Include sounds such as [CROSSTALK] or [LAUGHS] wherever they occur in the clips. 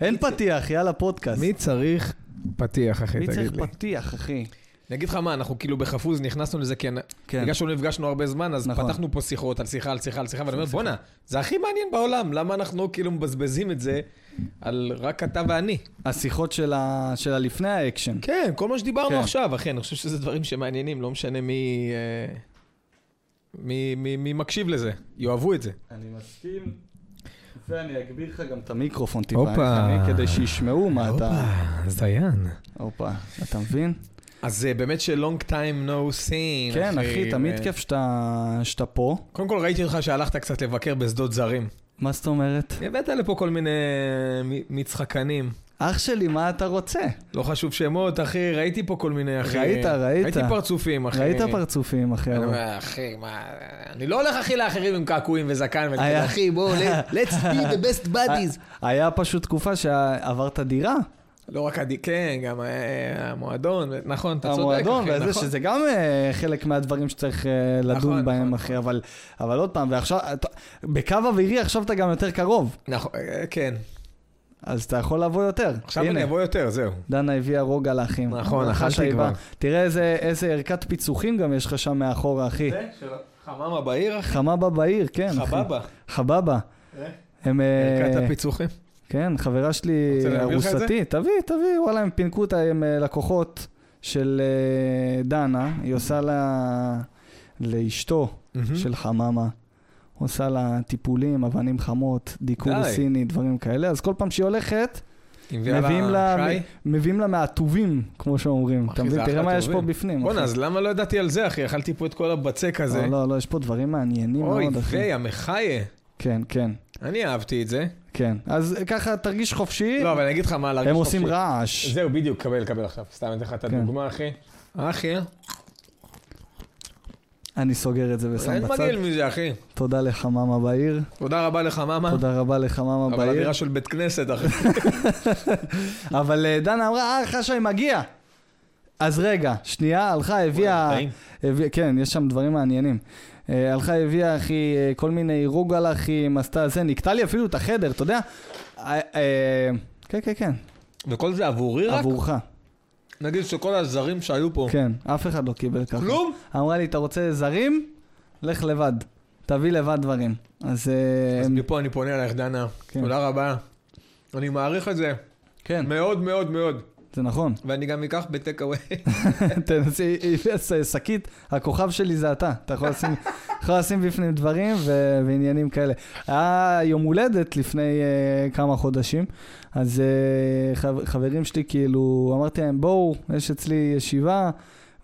אין פתיח, יאללה, פודקאסט. מי צריך פתיח, אחי, מי צריך תגיד לי. פתיח, אחי? אני אגיד לך מה, אנחנו כאילו בחפוז נכנסנו לזה, כי אני- כן. בגלל שלא נפגשנו הרבה זמן, אז נכון. פתחנו פה שיחות על שיחה על שיחה על שיחה, ואני אומר, בואנה, זה הכי מעניין בעולם, למה אנחנו כאילו מבזבזים את זה על רק אתה ואני? השיחות של ה- של הלפני האקשן. כן, כל מה כן. שדיברנו עכשיו, אחי, אני חושב שזה דברים שמעניינים, לא משנה מי... אה, מי, מי, מי מקשיב לזה, יאהבו את זה. כן. אני מסכים, ואני אגביר לך גם את המיקרופון טיפה, הופה. יחני, כדי שישמעו מה אתה... זיין. הופה, אתה מבין? אז אה, באמת שלונג טיים נו סין, כן, אחי, תמיד אה, כיף שאתה שאתה פה. קודם כל ראיתי אותך שהלכת קצת לבקר בשדות זרים. מה זאת אומרת? הבאת לפה כל מיני מ- מצחקנים. אח שלי, מה אתה רוצה? לא חשוב שמות, אחי, ראיתי פה כל מיני, אחי. ראית, ראית. ראיתי פרצופים, אחי. ראית פרצופים, אחי? אני אבל- אומר, אחי, מה... אני לא הולך, אחי, לאחרים עם קעקועים וזקן, ואני היה. כזה, [LAUGHS] אחי, בואו, let- let's be the best buddies. אה, היה פשוט תקופה שעברת דירה, לא רק הדי... כן, גם אה, המועדון, ו- נכון, אתה צודק, אחי, המועדון, וזה נכון. שזה גם אה, חלק מהדברים שצריך אה, לדון נכון, בהם, נכון, אחי, אבל אבל עוד פעם, ועכשיו, אתה- בקו אווירי עכשיו אתה גם יותר קרוב, נכון, אה, כן. אז אתה יכול לבוא יותר. עכשיו הנה. אני אבוא יותר, זהו. דנה הביאה רוגע לאחים. נכון, ברכה אכלתי שהיווה. כבר. תראה איזה, איזה ערכת פיצוחים גם יש לך שם מאחורה, אחי. חממה בעיר, אחי. חמבה בעיר, כן, אחי. חבבה. חבבה. הם... אה, ערכת הפיצוחים. כן, חברה שלי, רוצה להביא לך את זה? ארוסתי, תביא, תביא, וואלה, הם פינקו אותה עם אה, לקוחות של אה, דנה, היא עושה לה... לאשתו מהמם. של חממה. עושה לה טיפולים, אבנים חמות, דיקור די. סיני, דברים כאלה. אז כל פעם שהיא הולכת, היא מביאה מביאים לה, שי. מביאים לה מהטובים, כמו שאומרים. אחי, אתה זה מבין? תראה אחלה מה יש פה טובים. בפנים. בואנה, אחי. אז למה לא ידעתי על זה, אחי? אכלתי פה את כל הבצק הזה. לא, לא, לא, יש פה דברים מעניינים אוי מאוד, אחי. ויי, המחיה. כן, כן, אני אהבתי את זה. כן. אז ככה, תרגיש חופשי, לא, אבל אני אגיד לך מה, להרגיש כן. הם חופשי. עושים רעש. כן. זהו, בדיוק, קבל, קבל עכשיו. סתם, אני אתן לך את הדוגמה, אחי. אחי, אה? אני סוגר את זה ושם אין בצד. מגעיל מזה, אחי. תודה לחממה בעיר. תודה רבה לך, מאמה. תודה רבה לחממה אבל בעיר. אווירה של בית כנסת, [LAUGHS] אחי. אבל אה, דנה אמרה, אה, חשי מגיע. אז רגע, שנייה, הלכה, הביאה... טעים. הביא- כן, יש שם דברים מעניינים. אה, הלכה, הביאה, אחי, אה, כל מיני רוגלחים, עשתה זה, נקטע לי אפילו את החדר, אתה יודע? אה, אה, כן, כן, כן, וכל זה עבורי רק? עבורך. נגיד שכל הזרים שהיו פה. כן, אף אחד לא קיבל ככה. כלום? אמרה לי, אתה רוצה זרים? לך לבד. תביא לבד דברים. אז... אה, אז הם- מפה אני פונה אלייך, דנה. כן. תודה רבה. אני מעריך את זה כן, מאוד מאוד מאוד. זה נכון. ואני גם אקח [LAUGHS] בטק אווי. כן. תנסי, היא הביאה ש- שקית, הכוכב שלי זה אתה. אתה יכול [LAUGHS] לשים, יכול לשים בפנים דברים ו- ועניינים כאלה. היה יום הולדת לפני uh, כמה חודשים, אז uh, חב- חברים שלי כאילו, אמרתי להם, בואו, יש אצלי ישיבה,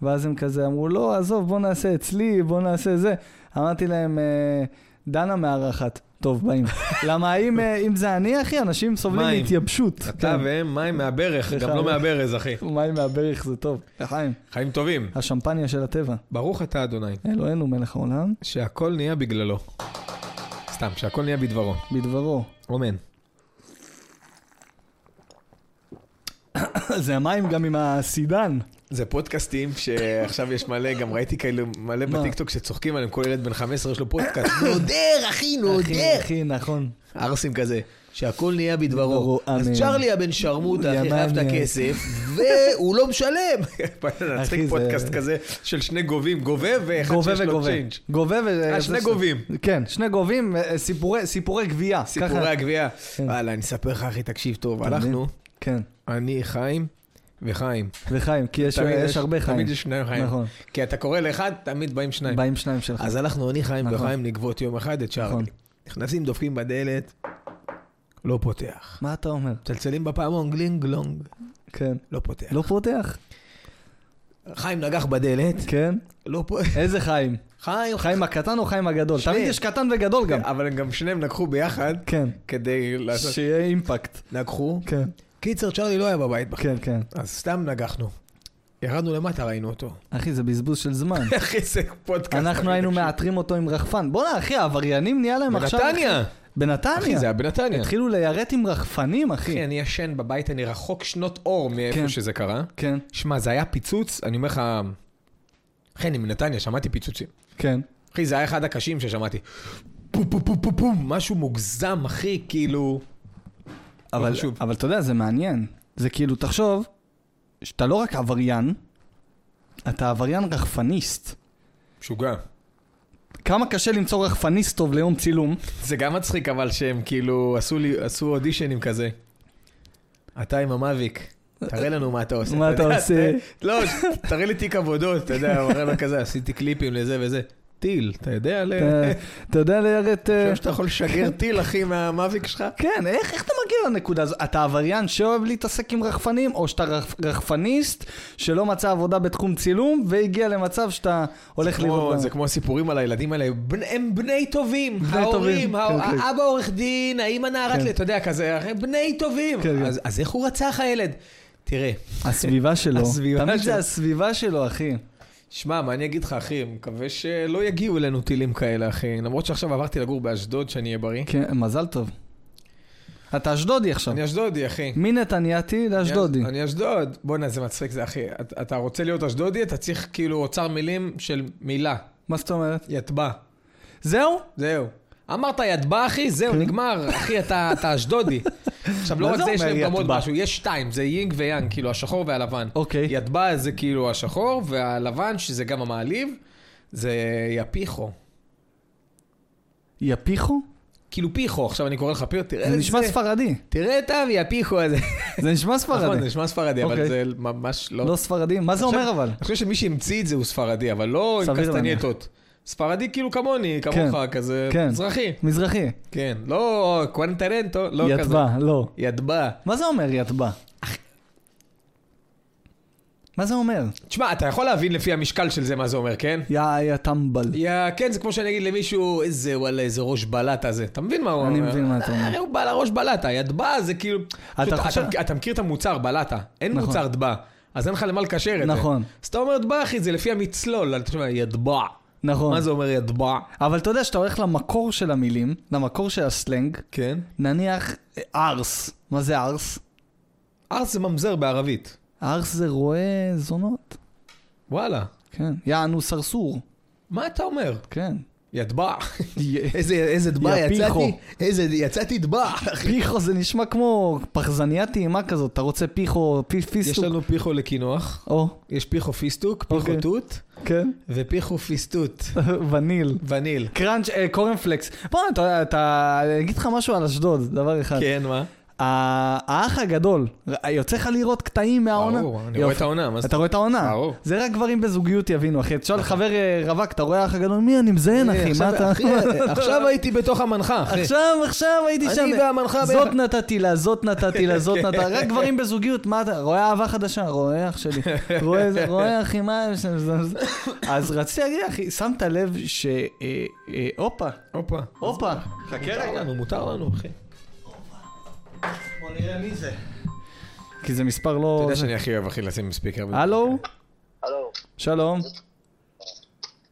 ואז הם כזה אמרו, לא, עזוב, בוא נעשה אצלי, בוא נעשה זה. אמרתי להם, "אה, דנה מארחת. טוב, [LAUGHS] באים. למה אם, אה, אם זה אני, אחי, אנשים סובלים מים. מהתייבשות. אתה והם מים מהברך, סליחה, גם לא אבל- מהברז, אחי. מים מהברך זה טוב. חיים, חיים טובים. אה. השמפניה של הטבע. ברוך אתה, אדוני, אלוהינו מלך העולם, שהכל נהיה בגללו. סתם, שהכל נהיה בדברו. [LAUGHS] בדברו. אמן. זה המים גם עם הסידן. זה פודקאסטים שעכשיו יש מלא, גם ראיתי כאלה מלא מה? בטיקטוק שצוחקים עליהם, כל ילד בן 15 יש לו פודקאסט. [COUGHS] נודר, אחי, אחי, אחי, נכון. ערסים כזה, שהכל נהיה בדברו. בדברו, אז אמן. צ'רלי הבן שרמוטה, אחי, ימניה. חייב את הכסף, והוא לא משלם. [LAUGHS] נצחיק אחי, זה- פודקאסט כזה של שני גובים, גובה ואחד גובה שיש לו וגובה. צ'יינג'. גובה ו... אה, שני זה- גובים. כן, שני גובים, אה, סיפורי- סיפורי גבייה. סיפורי ככה. הגבייה. כן. וואלה, אני אספר לך, אחי, תקשיב טוב, אתה מבין? הלכנו, כן, אני, חיים וחיים. וחיים, כי יש תמיד יש הרבה חיים. תמיד יש שניים חיים. נכון. כי אתה קורא לאחד, תמיד באים שניים. באים שניים שלך. אז הלכנו אני, חיים נכון. וחיים לגבות יום אחד את נכון. צ'רלי. נכנסים, דופקים בדלת, לא פותח. מה אתה אומר? מצלצלים בפעמון, גלינג גלונג, כן. לא פותח. לא פותח. חיים נגח בדלת, כן? לא פה... איזה חיים? חיים, חיים. חיים הקטן או חיים הגדול? שני. תמיד יש קטן וגדול גם. אבל גם שניהם לקחו ביחד, כן. כדי לעשות... שיהיה אימפקט. נגחו. כן, קיצר, צ'רלי לא היה בבית. בחיים. כן, כן. אז סתם נגחנו. ירדנו למטה, ראינו [LAUGHS] אותו. אחי, זה בזבוז של זמן. אחי, זה פודקאסט. אנחנו אחי, היינו תקשיב. מאתרים אותו עם רחפן. בואנה, אחי, העבריינים נהיה להם עכשיו... בנתניה. בנתניה. אחי, זה כן. היה בנתניה. התחילו ליירט עם רחפנים, אחי. אחי, אני ישן בבית, אני רחוק שנות אור כן. מאיפה שזה קרה. כן, שמע, זה היה פיצוץ, אני אומר לך... אחי, אני מנתניה, שמעתי פיצוצים. כן. אחי, זה היה אחד הקשים ששמעתי. פום פום פום פום פום, משהו מוגזם, אחי, כאילו... אבל, חשוב. אבל אתה יודע, זה מעניין. זה כאילו, תחשוב, שאתה לא רק עבריין, אתה עבריין רחפניסט. משוגע. כמה קשה למצוא רחפניסט טוב ליום צילום. זה גם מצחיק, אבל שהם כאילו עשו לי, עשו אודישנים כזה. אתה עם המאביק, תראה לנו מה אתה עושה. מה אתה יודע, עושה? לא, ש- תראה לי תיק עבודות, אתה יודע, הוא אומר לו כזה, עשיתי קליפים לזה וזה. טיל, אתה יודע, ל- אתה- אתה יודע ליירט... אה, חושב שאתה יכול לשגר טיל, אחי, מהמאביק שלך? כן, איך, איך אתה מגיע לנקודה הזאת? אתה עבריין שאוהב להתעסק עם רחפנים, או שאתה רח, רחפניסט שלא מצא עבודה בתחום צילום, והגיע למצב שאתה הולך כמו- לראות... זה כמו הסיפורים על הילדים האלה, בנ- הם בני טובים, בני ההורים, טובים, ההור- כן, כן. האבא עורך דין, האמא נערת, כן. ל- אתה יודע, כזה, הם בני טובים. כן, כן. אז- אז איך הוא רצח הילד? תראה, הסביבה שלו. הסביבה תמיד שלו. זה הסביבה שלו, אחי. שמע, מה אני אגיד לך, אחי, מקווה שלא יגיעו אלינו טילים כאלה, אחי. למרות שעכשיו עברתי לגור באשדוד, שאני אהיה בריא. כן, מזל טוב. אתה אשדודי עכשיו. אני אשדודי, אחי. מנתנייתי לאשדודי. אני- אני אשדוד. בואנה, זה מצחיק, זה אחי. אתה- אתה רוצה להיות אשדודי, אתה צריך כאילו אוצר מילים של מילה. מה זאת אומרת? יטבע. זהו? כן. זהו. אמרת ידבע, אחי, זהו, נגמר. אחי, אתה [LAUGHS] אתה אשדודי. עכשיו, לא מה רק זה זה, יש אומר להם גם עוד ידבע? משהו. יש שתיים, זה יינג ויאנג, כאילו, השחור והלבן. אוקיי. ידבע זה כאילו השחור, והלבן, שזה גם המעליב, זה יפיחו. יפיחו? כאילו פיחו, עכשיו אני קורא לך פיחו, תראה זה את נשמע אה, זה. ספרדי. תראה את אבי הפיחו הזה. זה נשמע נכון, זה ספרדי. נשמע ספרדי, אבל אוקיי. זה ממש לא... לא ספרדי? מה זה עכשיו- אומר אבל? אני חושב שמי שהמציא את זה הוא ספרדי, אבל לא עם סביר להניח. קסטנייטות. ספרדי כאילו כמוני, כמוך, כזה כן. מזרחי. מזרחי. כן, לא קוונטרנטו, לא כזה. יטבע, לא. ידבע. מה זה אומר יטבע? מה זה אומר? תשמע, אתה יכול להבין לפי המשקל של זה מה זה אומר, [LAUGHS] כן? יא יא טמבל. יא, כן, זה כמו שאני אגיד למישהו, איזה וואלה, איזה ראש בלטה זה. אתה מבין מה הוא אני אומר? מבין מה אתה אומר. הרי הוא בעל הראש בלטה, ידבע זה כאילו... פשוט, חושב- אתה, אתה מכיר את המוצר בלטה, אין נכון. מוצר דבע, אז אין לך למה לקשר את זה. נכון. אז אתה אומר דבע, אחי, זה לפי המצלול, אתה שומע, ידבע. נכון. מה זה אומר ידבע? אבל אתה יודע שאתה הולך למקור של המילים, למקור של הסלנג, כן. נניח אה, ארס. מה זה ארס? ארס זה ממזר בערבית. ארס זה רואה זונות. וואלה, כן. יענו סרסור. מה אתה אומר? כן. ידבע. [LAUGHS] איזה, איזה דבע יא פיחו. יצאתי, איזה יצאתי דבע. פיחו זה נשמע כמו פחזניה טעימה כזאת, אתה רוצה פיחו, פי- יש פיסטוק. לנו פיחו לקינוח, או, יש פיחו פיסטוק, פיחו אוקיי. תות, כן. ופיחו פיסטות, [LAUGHS] וניל. וניל. קראנץ', אה, קורנפלקס. בוא, אתה, אתה, אני אגיד לך משהו על אשדוד, דבר אחד. כן, מה? ה- האח הגדול, ר- יוצא לך לראות קטעים מהעונה? ברור, אני רואה יופי. את העונה, מה זה? אתה רואה את העונה. ברור. נכון. זה רק גברים בזוגיות יבינו, אחי. תשאל חבר אה, רווק, אתה רואה האח הגדול? מי? אני מזיין, אחי, מה עכשיו- אתה... [LAUGHS] אחי, עכשיו הייתי בתוך המנחה, אחי. עכשיו, עכשיו הייתי אני שם. והמנחה זאת ביחד. נתתי לה, זאת נתתי לה, זאת [LAUGHS] כן. נתתי לה. רק גברים בזוגיות, מה אתה... רואה אהבה חדשה, רואה אח שלי. רואה זה, רואה אחי, מה... יש שם? זה- זה- אז רציתי להגיד, אחי, שמת לב ש... אה, אה, הופה, הופה. הופה. חכה מותר לנו, מותר לנו, אחי. בוא נראה מי זה. כי זה מספר לא... אתה יודע שאני הכי אוהב, אחי, לשים ספיקר. הלו? הלו. שלום.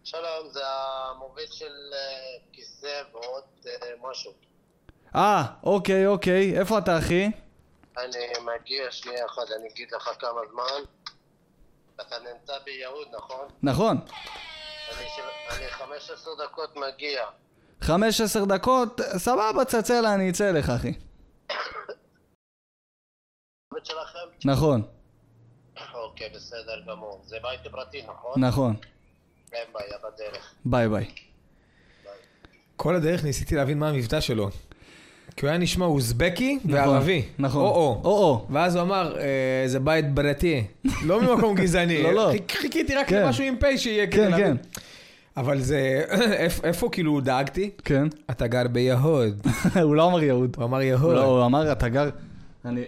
שלום, זה המוביל של אה, כיסא ועוד אה, משהו. אה, אוקיי, אוקיי. איפה אתה, אחי? אני מגיע שנייה אחת, אני אגיד לך כמה זמן. אתה נמצא ביהוד, נכון? נכון. אני, של... אני 15 דקות מגיע. 15 דקות, סבבה, צלצל, אני אצא אליך, אחי. הבית שלכם? [COUGHS] נכון, אוקיי, בסדר גמור. זה בית פרטי, נכון? נכון. אין בעיה, בדרך. ביי ביי. כל הדרך ניסיתי להבין מה המבטא שלו. כי הוא היה נשמע אוזבקי וערבי. נכון. או-או. או-או. ואז הוא אמר, אה, זה בית ברתי. [LAUGHS] לא ממקום גזעני. לא, לא. חיכ- חיכיתי רק כן. למשהו עם פ' שיהיה כדי כן, כן, להבין. אבל זה... [COUGHS] איפ- איפה כאילו דאגתי? כן. אתה גר [COUGHS] ביהוד. [LAUGHS] הוא לא אמר יהוד. הוא אמר יהוד. לא, הוא אמר, אתה גר... אני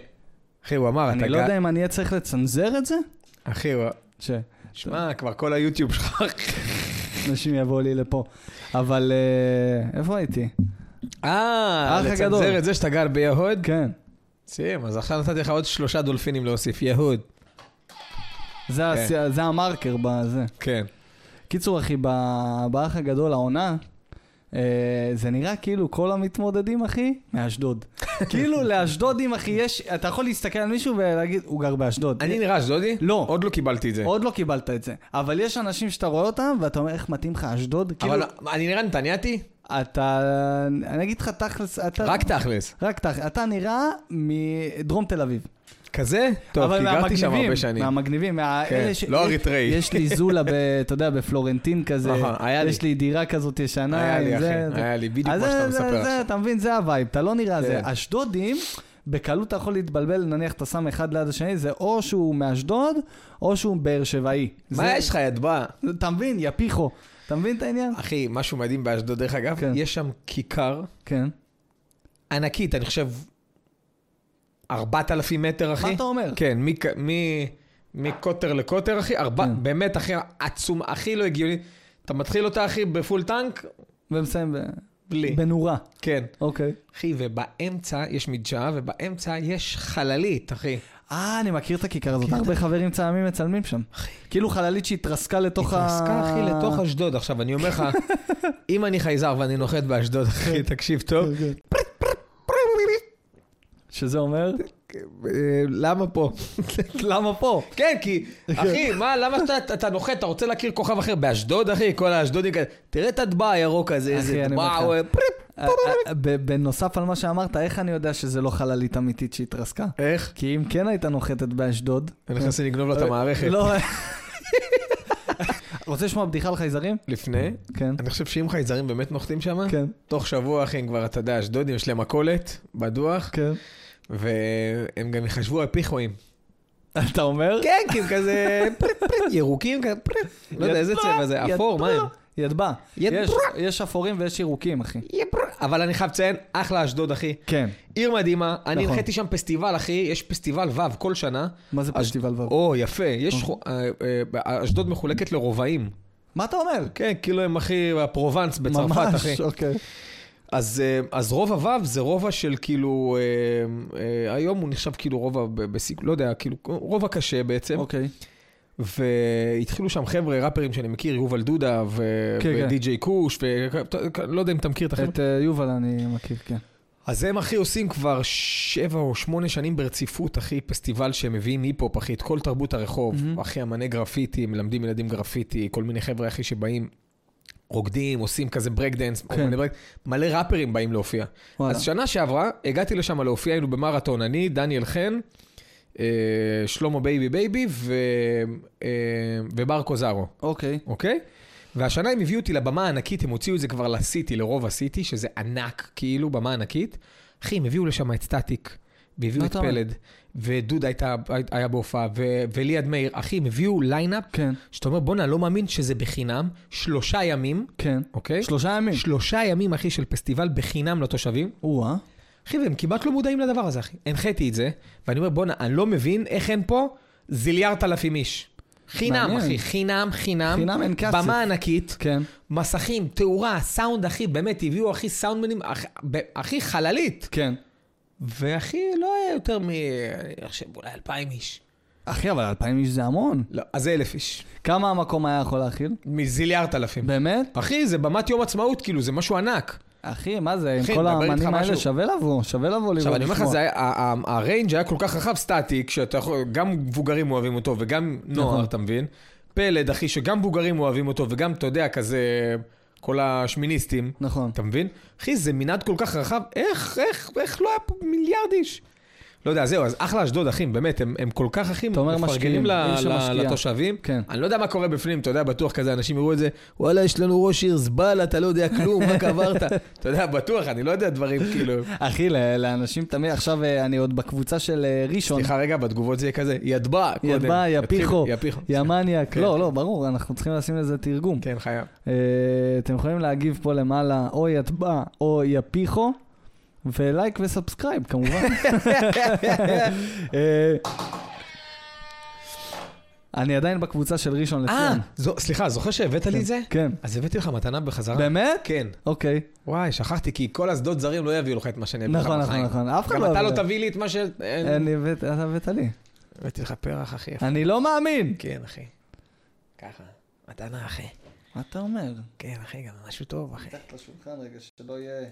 אחי, הוא אמר, אתה אני לא גר... יודע אם אני אהיה צריך לצנזר את זה? אחי, הוא... ש... שמע, כבר כל היוטיוב [COUGHS] שלך. אנשים יבואו לי לפה. אבל אה, איפה הייתי? אה, האח הגדול. לצנזר את זה שאתה גר ביהוד? כן. שים, אז עכשיו נתתי לך עוד שלושה דולפינים להוסיף, יהוד. זה כן. הסי- זה המרקר בזה. כן. קיצור, אחי, ב- באח הגדול, העונה, אה, זה נראה כאילו כל המתמודדים, אחי, מאשדוד. [LAUGHS] כאילו לאשדודים, אחי, יש... אתה יכול להסתכל על מישהו ולהגיד, הוא גר באשדוד. אני נראה אשדודי? לא. עוד לא קיבלתי את זה. עוד לא קיבלת את זה. אבל יש אנשים שאתה רואה אותם, ואתה אומר, איך מתאים לך אשדוד? כאילו, אבל אני נראה נתניאתי? אתה, אני אגיד לך תכלס, אתה... רק תכלס. רק תכלס. אתה נראה מדרום תל אביב. כזה? טוב, אבל כי גרתי שם מהמגניבים, הרבה שנים. מהמגניבים, מהאלה ש... לא יש- אריתראי. יש לי זולה, ב- אתה יודע, בפלורנטין כזה. נכון, היה לי. יש לי דירה כזאת ישנה. היה לי, עם זה, אחי, זה. היה לי, בדיוק אז מה זה- שאתה זה- מספר זה, עכשיו. אתה מבין, זה הווייב, אתה לא נראה זה. כן. אשדודים, בקלות אתה יכול להתבלבל, נניח אתה שם אחד ליד השני, זה או שהוא מאשדוד, או שהוא באר שבעי. מה זה- יש לך, ידבע? אתה מבין, יפיחו. אתה מבין את העניין? אחי, משהו מדהים באשדוד, דרך אגב, כן. יש שם כיכר כן. ענקית, אני חושב, 4,000 מטר, אחי. אתה אומר? כן, מכ- מ- מקוטר לקוטר, אחי, ארבע, כן. באמת, אחי, עצום, הכי לא הגיוני. אתה מתחיל אותה, אחי, בפול טנק, ומסיים ב- בלי. בנורה. כן. אוקיי. אחי, ובאמצע יש מדשאה, ובאמצע יש חללית, אחי. אה, אני מכיר את הכיכר הזאת, הרבה חברים צלמים מצלמים שם. כאילו חללית שהתרסקה לתוך ה... התרסקה, אחי, אה. לתוך אשדוד. עכשיו, אני אומר לך, אם אני חייזר ואני נוחת באשדוד, אחי, תקשיב טוב. שזה אומר? אה, למה פה? [LAUGHS] למה פה? כן, כי, אחי, מה, למה אתה, אתה נוחת, אתה רוצה להכיר כוכב אחר? באשדוד, אחי, כל האשדודים כאלה. תראה את הטבע הירוק הזה, אחי, איזה אני טבע, אומר לך. הוא- פריפ. אה, אה, ב- בנוסף על מה שאמרת, איך אני יודע שזה לא חללית אמיתית שהתרסקה? איך? כי אם כן הייתה נוחתת באשדוד... כן. אני נכנס לגנוב לו את המערכת. [LAUGHS] לא... רוצה לשמוע בדיחה על חייזרים? לפני, כן. אני חושב שאם חייזרים באמת נוחתים שם, כן. תוך שבוע, אחי, הם כבר, אתה יודע, אשדודים, יש להם מכולת, בדוח, כן. והם גם יחשבו הפיכואים. אתה אומר? כן, כי הם כזה פריט, פריט, ירוקים, כזה פריט. לא יודע, איזה ידבע, צבע זה, אפור, מה ידבע, הם? ידבע. ידבע. יש- יש אפורים ויש ירוקים, אחי. אבל אני חייב לציין, אחלה אשדוד, אחי. כן. עיר מדהימה, אני נכון. הנחיתי שם פסטיבל, אחי, יש פסטיבל ו' כל שנה. מה זה אש- פסטיבל ו'? או, יפה, יש... שכו- אה, אה, אשדוד מחולקת לרובעים. מה אתה אומר? כן, כאילו הם הכי, הפרובנס בצרפת, אחי. ממש, אוקיי. אז, אה, אז רובע ו' זה רובע של כאילו, אה, אה, היום הוא נחשב כאילו רובע ב- בסיק, לא יודע, כאילו רובע קשה בעצם. אוקיי. והתחילו שם חבר'ה, ראפרים שאני מכיר, יובל דודה ו- כן, כן. ודי.ג'יי קוש, ולא לא יודע אם אתה מכיר את החבר'ה. את אה, יובל אני מכיר, כן. אז הם אחי עושים כבר שבע או שמונה שנים ברציפות, אחי, פסטיבל שהם מביאים היפ-הופ, אחי, את כל תרבות הרחוב, מהמם. mm-hmm. אחי, אמני גרפיטי, מלמדים ילדים גרפיטי, כל מיני חבר'ה, אחי, שבאים, רוקדים, עושים כזה ברק דאנס, כן. כן. ברק... מלא ראפרים באים להופיע. וואלה. אז שנה שעברה, הגעתי לשם להופיע, היינו במרתון, אני, דניאל חן, אה, שלמה בייבי בייבי ו... אה, ובר קוזרו. אוקיי. אוקיי? והשנה הם הביאו אותי לבמה הענקית, הם הוציאו את זה כבר לסיטי, לרוב הסיטי, שזה ענק, כאילו, במה ענקית. אחי, הם הביאו לשם את סטטיק, והביאו מה את אתה אומר? פלד, ודודה הייתה, היה בהופעה, ו- וליעד מאיר. אחי, הם הביאו ליינאפ, כן, שאתה אומר, בואנה, לא מאמין שזה בחינם, שלושה ימים, כן. אוקיי? שלושה ימים. שלושה ימים, אחי, של פסטיבל בחינם לתושבים. או-אה. אחי, והם כמעט לא מודעים לדבר הזה, אחי. הנחיתי את זה, ואני אומר, בואנה, אני לא מבין איך אין פה זיליארד אלפים איש. חינם, מעניין. אחי, חינם, חינם. חינם אין כסף. במה ענקית, כן. מסכים, תאורה, סאונד, אחי, באמת, הביאו אחי סאונדמנים, אח- ב- אחי חללית. כן. ואחי, לא היה יותר מ... אני חושב, אולי אלפיים איש. אחי, אבל אלפיים איש זה המון. לא, אז זה אלף איש. כמה המקום היה יכול להכיל? מזיליארד אלפים. באמת? אחי, זה במת יום עצמאות, כאילו, זה משהו ענק. אחי, מה זה, אחי, עם כל מדבר האמנים איתך האלה משהו. שווה לבוא, שווה לבוא לראות. עכשיו, אני אומר לך, לשמוע. זה היה- ה- ה- הריינג' היה כל כך רחב, סטטיק, שאתה יכול, גם מבוגרים אוהבים אותו וגם נוער, נכון. אתה מבין? פלד, אחי, שגם מבוגרים אוהבים אותו וגם, אתה יודע, כזה, כל השמיניסטים. נכון. אתה מבין? אחי, זה מנעד כל כך רחב, איך, איך, איך לא היה פה מיליארד איש? לא יודע, זהו, אז אחלה אשדוד, אחים, באמת, הם, הם כל כך אחים, אתה אומר משקיעים, מפרגנים ל- עיר ל- שמשקיעה. לתושבים. כן. אני לא יודע מה קורה בפנים, אתה יודע, בטוח כזה, אנשים יראו את זה, וואלה, יש לנו ראש עיר זבל, אתה לא יודע כלום, [LAUGHS] רק עברת. אתה יודע, בטוח, אני לא יודע דברים, כאילו. אחי, ל- לאנשים תמיד, עכשיו אה, אני עוד בקבוצה של אה, ראשון. סליחה רגע, בתגובות זה יהיה כזה, ידבע, קודם. ידבע, יתחיל- יפיחו, יפיחו. ימניאק. כן. לא, לא, ברור, אנחנו צריכים לשים לזה תרגום. [LAUGHS] כן, חייב. אה, אתם יכולים להגיב פה למעלה, או יטבע או יפיחו, ולייק וסאבסקרייב כמובן. אה, אני עדיין בקבוצה של ראשון אה, לציון. זו- סליחה, זוכר שהבאת לי את זה? נכון. כן. אז הבאתי לך מתנה בחזרה. באמת? כן. אוקיי. וואי, שכחתי, כי כל אסדות זרים לא יביאו לך את מה שאני אביא לך נכון, נכון, בחיים. נכון. אף אחד גם לא... אתה אוהב לא את זה. תביא לי את מה ש... אין- אני הבאת- אתה הבאת לי. הבאתי לך פרח, אחי. אני לא מאמין! כן, אחי. ככה. מתנה, אחי. מה אתה אומר? כן, אחי, גם משהו טוב, אחי. פתח את השולחן רגע, שלא יהיה...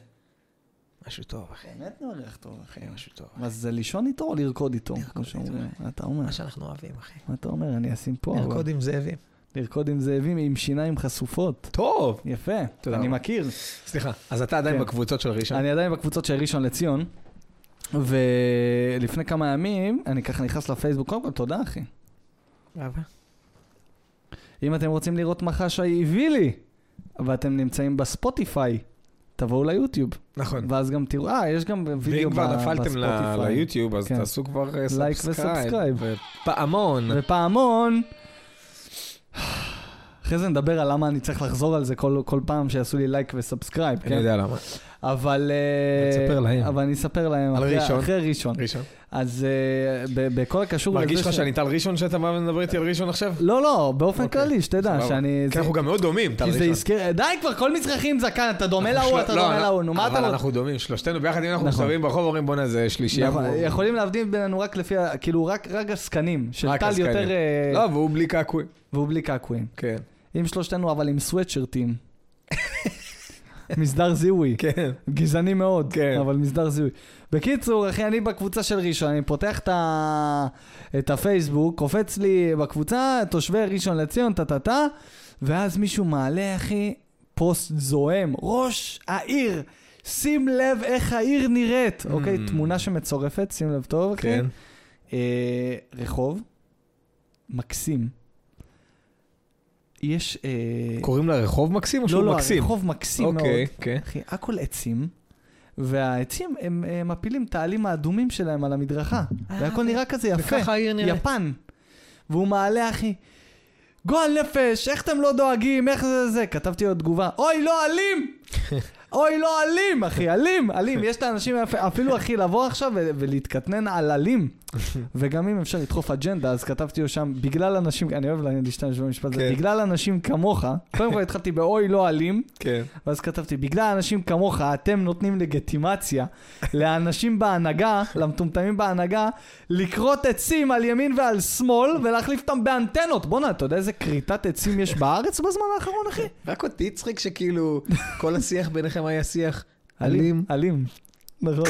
משהו טוב, אחי. באמת מריח טוב, אחי. אחי, משהו טוב. מה זה לישון איתו או לרקוד איתו? לרקוד כמו איתו, שאומרים. מה אתה אומר? מה שאנחנו אוהבים, אחי. מה אתה אומר? אני אשים פה. אבל- לרקוד עם זאבים. לרקוד עם זאבים עם שיניים חשופות. טוב. יפה, תודה אני רבה. מכיר. סליחה, אז אתה עדיין כן. בקבוצות של ראשון. אני עדיין בקבוצות של ראשון לציון, ולפני כמה ימים אני ככה נכנס לפייסבוק, קודם כל תודה אחי. אם אתם רוצים לראות מה חשאי הביא לי, ואתם נמצאים בספוטיפיי, תבואו ליוטיוב. נכון. ואז גם תראו, אה, יש גם וידאו ואם ב- כבר בספוטיפיי. נפלתם ל- ליוטיוב, אז כן. תעשו כבר אה, לייק וסאבסקרייב. פעמון. ופעמון. אחרי זה נדבר על למה אני צריך לחזור על זה כל, כל פעם שיעשו לי לייק וסאבסקרייב, אני כן? יודע למה. אבל... אה, תספר להם. אבל אני אספר להם. על אחרי, ראשון. אחרי ראשון. ראשון. אז אה, ב- בכל הקשור מרגיש לזה לך ש- שאני טל ראשון שאתה בא ומדבר איתי על ראשון עכשיו? לא, לא, באופן אוקיי, כללי, שתדע סבבה. שאני... כי אנחנו גם מאוד דומים, טל כי זה ראשון. יזכיר... די כבר, כל מצרכי עם זקן, אתה דומה להוא, אתה לא, דומה לא, להוא, נו, מה אתה אבל רוצה? אנחנו דומים, שלושתנו ביחד, אם אנחנו נכון. מסתובבים ברחוב, אומרים בואנה זה שלישייה. נכון, והוא- יכולים להבדיל בינינו רק לפי, ה- כאילו, רק רק הזקנים, של רק טל הזקנים. יותר... אה, לא, והוא בלי קעקועים. והוא בלי קעקועים. כן. עם שלושתנו, אבל עם סוואטשרטים. מסדר זיהוי. כן. גזעני מאוד, כן. אבל מסדר זיהוי. בקיצור, אחי, אני בקבוצה של ראשון, אני פותח את, ה... את הפייסבוק, קופץ לי בקבוצה, תושבי ראשון לציון, טה-טה-טה, ואז מישהו מעלה, אחי, פוסט זועם, ראש העיר, שים לב איך העיר נראית. אוקיי, תמונה שמצורפת, שים לב טוב, אחי. Mm. כן. אה, רחוב, מקסים. יש... אה, קוראים לרחוב מקסים או שהוא לא, לא, מקסים? הרחוב מקסים מאוד. אוקיי, כן. אחי, הכל עצים, והעצים, הם, הם מפילים את העלים האדומים שלהם על המדרכה. והכל נראה כזה יפה. אה, אוקיי. וככה העיר נראית. יפן. והוא מעלה, אחי, גועל נפש, איך אתם לא דואגים, איך זה זה? כתבתי לו תגובה, אוי, לא אלים! אוי, לא אלים, אחי, אלים, אלים. יש לאנשים, אפילו, אחי, לבוא עכשיו ו- ולהתקטנן על אלים. וגם אם אפשר לדחוף אג'נדה, אז כתבתי לו שם, בגלל אנשים, אני אוהב להשתמש במשפט הזה, כן. בגלל אנשים כמוך, קודם כל התחלתי באוי, לא אלים. כן. ואז כתבתי, בגלל אנשים כמוך, אתם נותנים לגיטימציה לאנשים בהנהגה, למטומטמים בהנהגה, לכרות עצים על ימין ועל שמאל ולהחליף אותם באנטנות. בואנה, אתה יודע איזה כריתת עצים יש בארץ בזמן האחרון, אחי? רק אותי הצחיק שכאילו כל השיח ביניכם היה שיח אלים. נכון.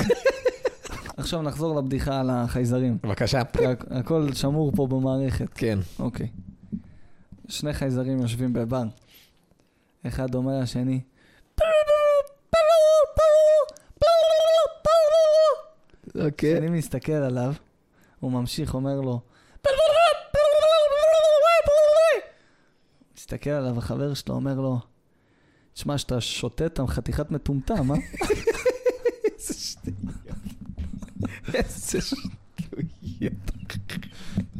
עכשיו נחזור לבדיחה על החייזרים. בבקשה. כי הכ- הכל שמור פה במערכת. כן. אוקיי. שני חייזרים יושבים בבר. אחד אומר לשני, אוקיי. אני מסתכל עליו, הוא ממשיך, אומר לו, מסתכל עליו, החבר שלו אומר לו, תשמע, שאתה שותה את חתיכת מטומטם, אה? איזה שטויות.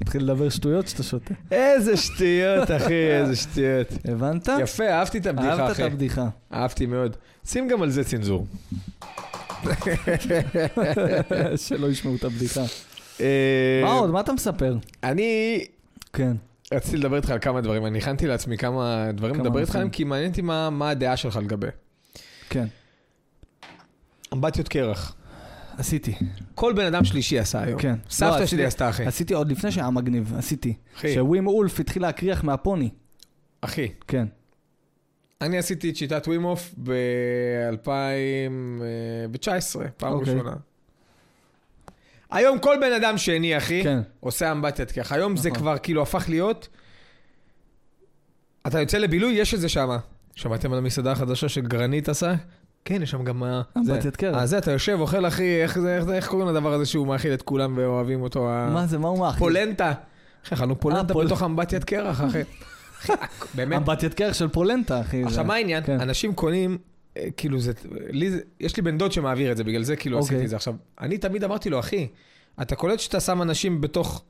התחיל לדבר שטויות שאתה שותה. איזה שטויות, אחי, איזה שטויות. הבנת? יפה, אהבתי את הבדיחה, אהבת אחי. את [LAUGHS] הבדיחה. אהבתי מאוד. שים גם על זה [LAUGHS] צנזור. שלא ישמעו את הבדיחה. אה, מה עוד? מה אתה מספר? אני כן. רציתי לדבר איתך על כמה דברים, אני הכנתי לעצמי כמה דברים כמה לדבר איתך נושאים. עליהם, כי מעניין אותי מה מה הדעה שלך לגבי. כן. אמבטיות קרח. עשיתי. כל בן אדם שלישי עשה היום. כן. לא, סבתא עשיתי- שלי עשתה, אחי. עשיתי עוד לפני שהיה מגניב, עשיתי. אחי. שווים אולף התחיל להקריח מהפוני. אחי, כן. אני עשיתי את שיטת ווים אוף ב-2019, אה, פעם אוקיי. ראשונה. היום כל בן אדם שני, אחי, כן. עושה אמבטיית קרח. היום זה נכון. כבר כאילו הפך להיות... אתה יוצא לבילוי, יש את זה שמה. שמעתם על המסעדה החדשה שגרנית עשה? כן, יש שם גם... ה- זה. אמבטיית קרח. אה, זה, אתה יושב, אוכל, אחי, איך זה- איך זה- איך קוראים לדבר הזה שהוא מאכיל את כולם ואוהבים אותו? ה- מה זה, מה הוא מאכיל? אה, פולנטה. אחי, אכלנו פולנטה פול- בתוך אמבטיית קרח, אחי. אחי, באמת. אמבטיית קרח של פולנטה, אחי. זה- עכשיו, מה העניין? כן. אנשים קונים, אה, כאילו זה, לי זה, יש לי בן דוד שמעביר את זה, בגלל זה כאילו אוקיי. עשיתי את זה. עכשיו, אני תמיד אמרתי לו, אחי, אתה קולט שאתה שם אנשים בתוך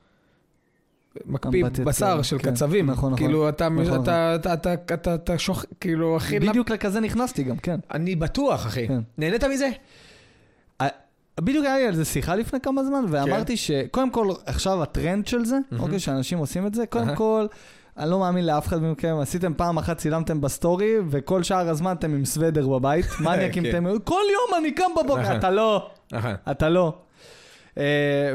מקפיא אמבטיית בשר קרח, של כן. קצבים. נכון, נכון. כאילו, אתה, נכון, אתה, אתה, אתה, אתה, אתה, אתה שוח, כאילו, אחי, למה- בדיוק לכזה נכנסתי גם, כן. אני בטוח, אחי. כן. נהנית מזה? בדיוק היה לי על זה שיחה לפני כמה זמן, כן. ואמרתי שקודם כל, עכשיו הטרנד של זה, אוקיי, שאנשים עושים את זה, קודם אהה. כל, אני לא מאמין לאף אחד מכם, עשיתם פעם אחת, צילמתם בסטורי, וכל שאר הזמן אתם עם סוודר [LAUGHS] בבית, מניאקים כן. אתם, כל יום אני קם בבוקר, נכון. אתה לא, נכון. אתה לא. Uh,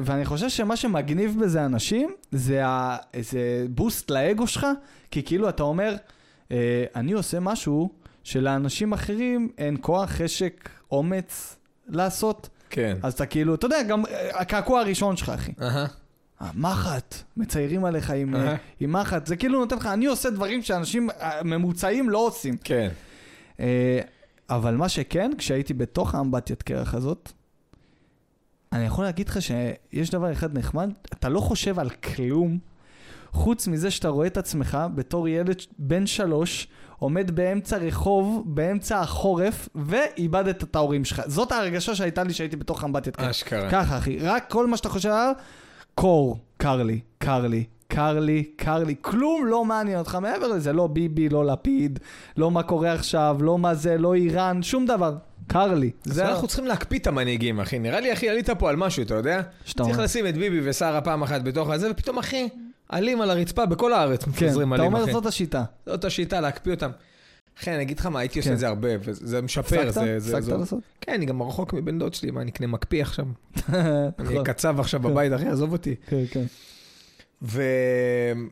ואני חושב שמה שמגניב בזה אנשים, זה ה- איזה בוסט לאגו שלך, כי כאילו אתה אומר, uh, אני עושה משהו שלאנשים אחרים אין כוח, חשק, אומץ לעשות. כן. אז אתה כאילו, אתה יודע, גם אה, הקעקוע הראשון שלך, אחי. אהה. אה, מחט, מציירים עליך עם, אהה. אה, עם מחט, זה כאילו נותן לך, אני עושה דברים שאנשים אה, ממוצעים לא עושים. כן. אה, אבל מה שכן, כשהייתי בתוך האמבטיית קרח הזאת, אני יכול להגיד לך שיש דבר אחד נחמד, אתה לא חושב על כלום, חוץ מזה שאתה רואה את עצמך בתור ילד ש- בן שלוש, עומד באמצע רחוב, באמצע החורף, ואיבדת את ההורים שלך. זאת ההרגשה שהייתה לי שהייתי בתוך אמבטיית קרח. אשכרה. ככה, אחי. רק כל מה שאתה חושב עליו, קור, קר לי, קר לי, קר לי, קר לי. כלום לא מעניין אותך מעבר לזה. לא ביבי, לא לפיד, לא מה קורה עכשיו, לא מה זה, לא איראן, שום דבר. קר לי. זה זה אנחנו צריכים להקפיא את המנהיגים, אחי. נראה לי, אחי, עלית פה על משהו, אתה יודע? שאתה צריך אומר. לשים את ביבי ושרה פעם אחת בתוך הזה, ופתאום, אחי, עלים על הרצפה בכל הארץ, כן, מפזרים אתה עלים, אומר אחי. זאת השיטה. זאת השיטה, להקפיא אותם. אחי, אני אגיד לך מה, הייתי עושה כן. את זה הרבה, וזה משפר. הפסקת? זה- זה- הפסקת זה- לעשות? כן, אני גם רחוק מבן דוד שלי, מה, אני אקנה מקפיא עכשיו? [LAUGHS] אני נכון. אהיה קצב עכשיו בבית, אחי, עזוב אותי. כן, כן. ואני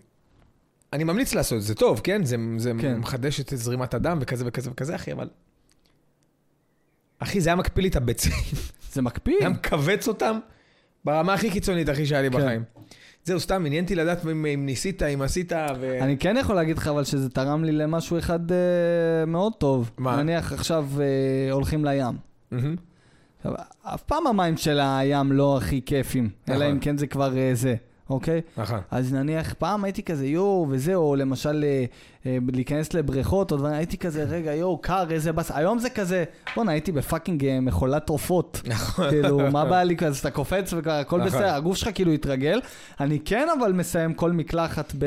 ממליץ לעשות, זה טוב, כן? זה, זה כן. כן. מחדש את זרימת הדם וכזה וכזה וכזה, אחי, אבל... אחי, זה היה מקפיא לי את הביצים, זה [LAUGHS] מקפיא. היה מכווץ אותם ברמה הכי קיצונית, אחי, שהיה לי כן. בחיים. זהו, סתם, עניין אותי לדעת אם, אם ניסית, אם עשית, ו... אני כן יכול להגיד לך אבל שזה תרם לי למשהו אחד אה, מאוד טוב. מה? נניח עכשיו אה, הולכים לים. מהמם. עכשיו, אף פעם המים של הים לא הכי כיפים, אלא נכון. אם כן זה כבר אה, זה, אוקיי? נכון. אז נניח, פעם הייתי כזה יואו וזה, או למשל אה, אה, להיכנס לבריכות, או דברים, הייתי כזה, רגע, יואו, קר, איזה באס... היום זה כזה, בואנה, הייתי בפאקינג אה, מכולת עופות. [LAUGHS] נכון. כאילו, מה בא לי כזה, אתה קופץ וכבר הכל נכון. בסדר, הגוף שלך כאילו התרגל. אני כן אבל מסיים כל מקלחת ב...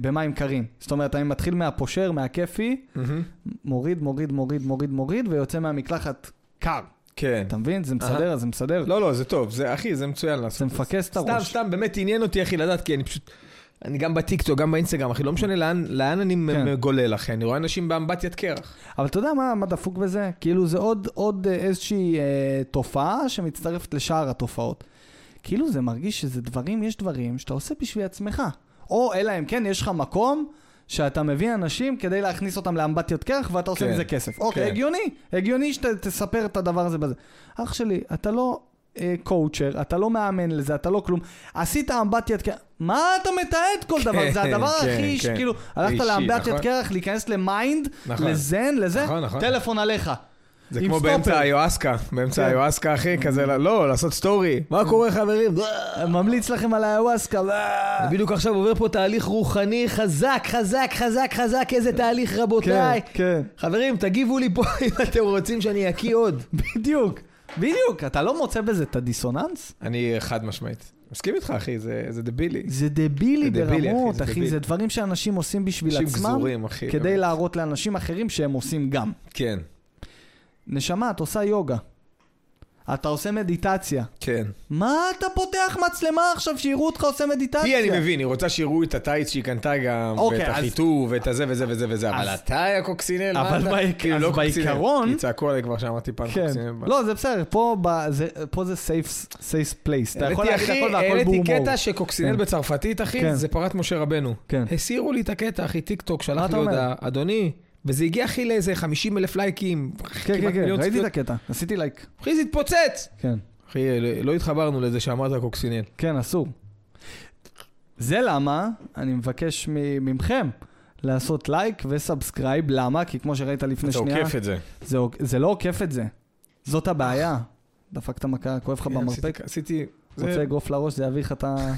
במים קרים. זאת אומרת, אני מתחיל מהפושר, מהכיפי, מהמם. מוריד, מוריד, מוריד, מוריד, מוריד, ויוצא מהמקלחת קר. כן. אתה מבין? זה מסדר, זה מסדר. לא, לא, זה טוב, זה, אחי, זה מצוין זה לעשות. מפקס את סתם, הראש. סתם, באמת עניין אותי, אחי, לדעת, כי אני פשוט... אני גם בטיקטוק, גם באינסטגרם, אחי, לא משנה לאן, לאן אני כן. מגולל, אחי, אני רואה אנשים באמבטיית קרח. אבל אתה יודע מה, מה דפוק בזה? כאילו זה עוד, עוד אה, איזושהי אה, תופעה שמצטרפת לשאר התופעות. כאילו זה מרגיש שזה דברים, יש דברים שאתה עושה בשביל עצמך. או אלא אם כן, יש לך מקום שאתה מביא אנשים כדי להכניס אותם לאמבטיות קרח ואתה עושה כן. מזה כסף. אוקיי, כן. הגיוני, הגיוני שתספר את הדבר הזה בזה. אח שלי, אתה לא אה, קואוצ'ר, אתה לא מאמן לזה, אתה לא כלום. עשית אמבטיית קרח, מה אתה מתעד כל דבר? זה הדבר כן, הכי, איש, כן. כאילו, הלכת אישי, לאמבטיית נכון. קרח, להיכנס למיינד, נכון. לזן, לזה, נכון, נכון. טלפון עליך. זה עם כמו סטופר. באמצע היואסקה, באמצע כן. היואסקה, אחי, כזה, לא- לא, לעשות סטורי. מה קורה, [LAUGHS] חברים? ממליץ לכם על האווסקה. בדיוק עכשיו עובר פה תהליך רוחני חזק, חזק, חזק, חזק, איזה תהליך, כן, כן. חברים, תגיבו לי פה [LAUGHS] אם אתם רוצים שאני אקיא עוד. בדיוק, בדיוק. אתה לא מוצא בזה את הדיסוננס? אני חד משמעית. מסכים איתך, אחי, זה זה דבילי. זה דבילי זה דבילי, אחי, ברמות, זה אחי. דבילי. זה דברים שאנשים עושים בשביל אנשים עצמם, גזורים, אחי. כדי באמת. להראות לאנשים אחרים שהם עושים גם. כן, נשמה, את עושה יוגה. אתה עושה מדיטציה. כן. מה אתה פותח מצלמה עכשיו שיראו אותך עושה מדיטציה? היא, אני מבין, היא רוצה שיראו את הטייץ שהיא קנתה גם, אוקיי, ואת אז- החיטוב, ואת הזה וזה וזה וזה, אבל אז- אתה, יא קוקסינל, מה אבל אתה? בעיק- כאילו, אז לא קוקסינל, בעיקרון- כי צעקו עליי כבר שאמרתי פעם כן. קוקסינל. אבל- לא, זה בסדר, פה ב- זה- פה זה safe safe place. אתה יכול להגיד הכל והכל העליתי בהומור. קטע שקוקסינל כן. בצרפתית, אחי, כן. זה פרט משה רבנו. כן. הסירו לי את הקטע, אחי, טיק טוק, מה שלח אתה לי אומר? הודעה, אדוני, וזה הגיע, אחי, לאיזה 50 אלף לייקים. כן, כן, כן, ראיתי את הקטע, עשיתי לייק. אחי, זה התפוצץ! כן. אחי, לא- לא התחברנו לזה שאמרת קוקסינל. כן, אסור. זה למה אני מבקש מ- ממכם לעשות לייק וסאבסקרייב, למה? כי כמו שראית לפני אתה שנייה, עוקף את זה. זה, עוק- זה לא עוקף את זה. זאת הבעיה. דפקת מכה, כואב לך במרפק, כן, עשיתי- עשיתי... זה- רוצה אגרוף לראש, זה יביא לך את ה... [LAUGHS]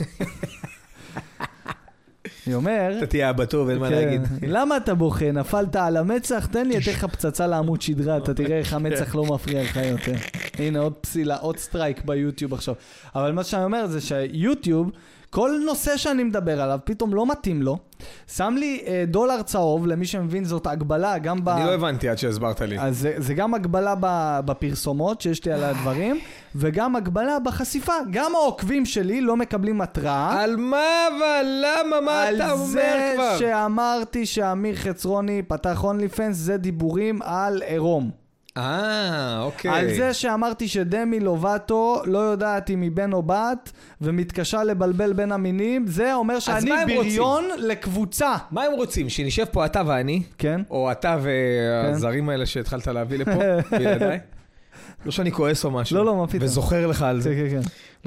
אני אומר... אתה תהיה אבא טוב, אין מה כן. [LAUGHS] להגיד. למה אתה בוכה? נפלת על המצח? תן לי, אתן לך פצצה לעמוד שדרה, אתה תראה איך המצח לא מפריע לך יותר. הנה עוד פסילה, עוד סטרייק ביוטיוב עכשיו. אבל מה שאני אומר זה שיוטיוב, כל נושא שאני מדבר עליו, פתאום לא מתאים לו. שם לי אה, דולר צהוב, למי שמבין זאת הגבלה, גם ב... אני לא הבנתי עד שהסברת לי. אז זה, זה גם הגבלה ב- בפרסומות שיש לי על הדברים, וגם הגבלה בחשיפה. גם העוקבים שלי לא מקבלים התראה. על מה אבל? למה? מה אתה על אומר זה כבר? שאמרתי שאמיר חצרוני פתח הונלי פנס זה דיבורים על עירום. אה, אוקיי. על זה שאמרתי שדמי לובטו לא יודעת אם היא בן או בת ומתקשה לבלבל בין המינים, זה אומר שאני מה הם בריון לקבוצה. מה הם רוצים? שנשב פה אתה ואני? כן? [LAUGHS] או אתה והזרים האלה שהתחלת להביא לפה, בלעדיי? לא שאני כועס או משהו. לא, לא, מה פתאום. וזוכר לך על כן, זה. כן, כן.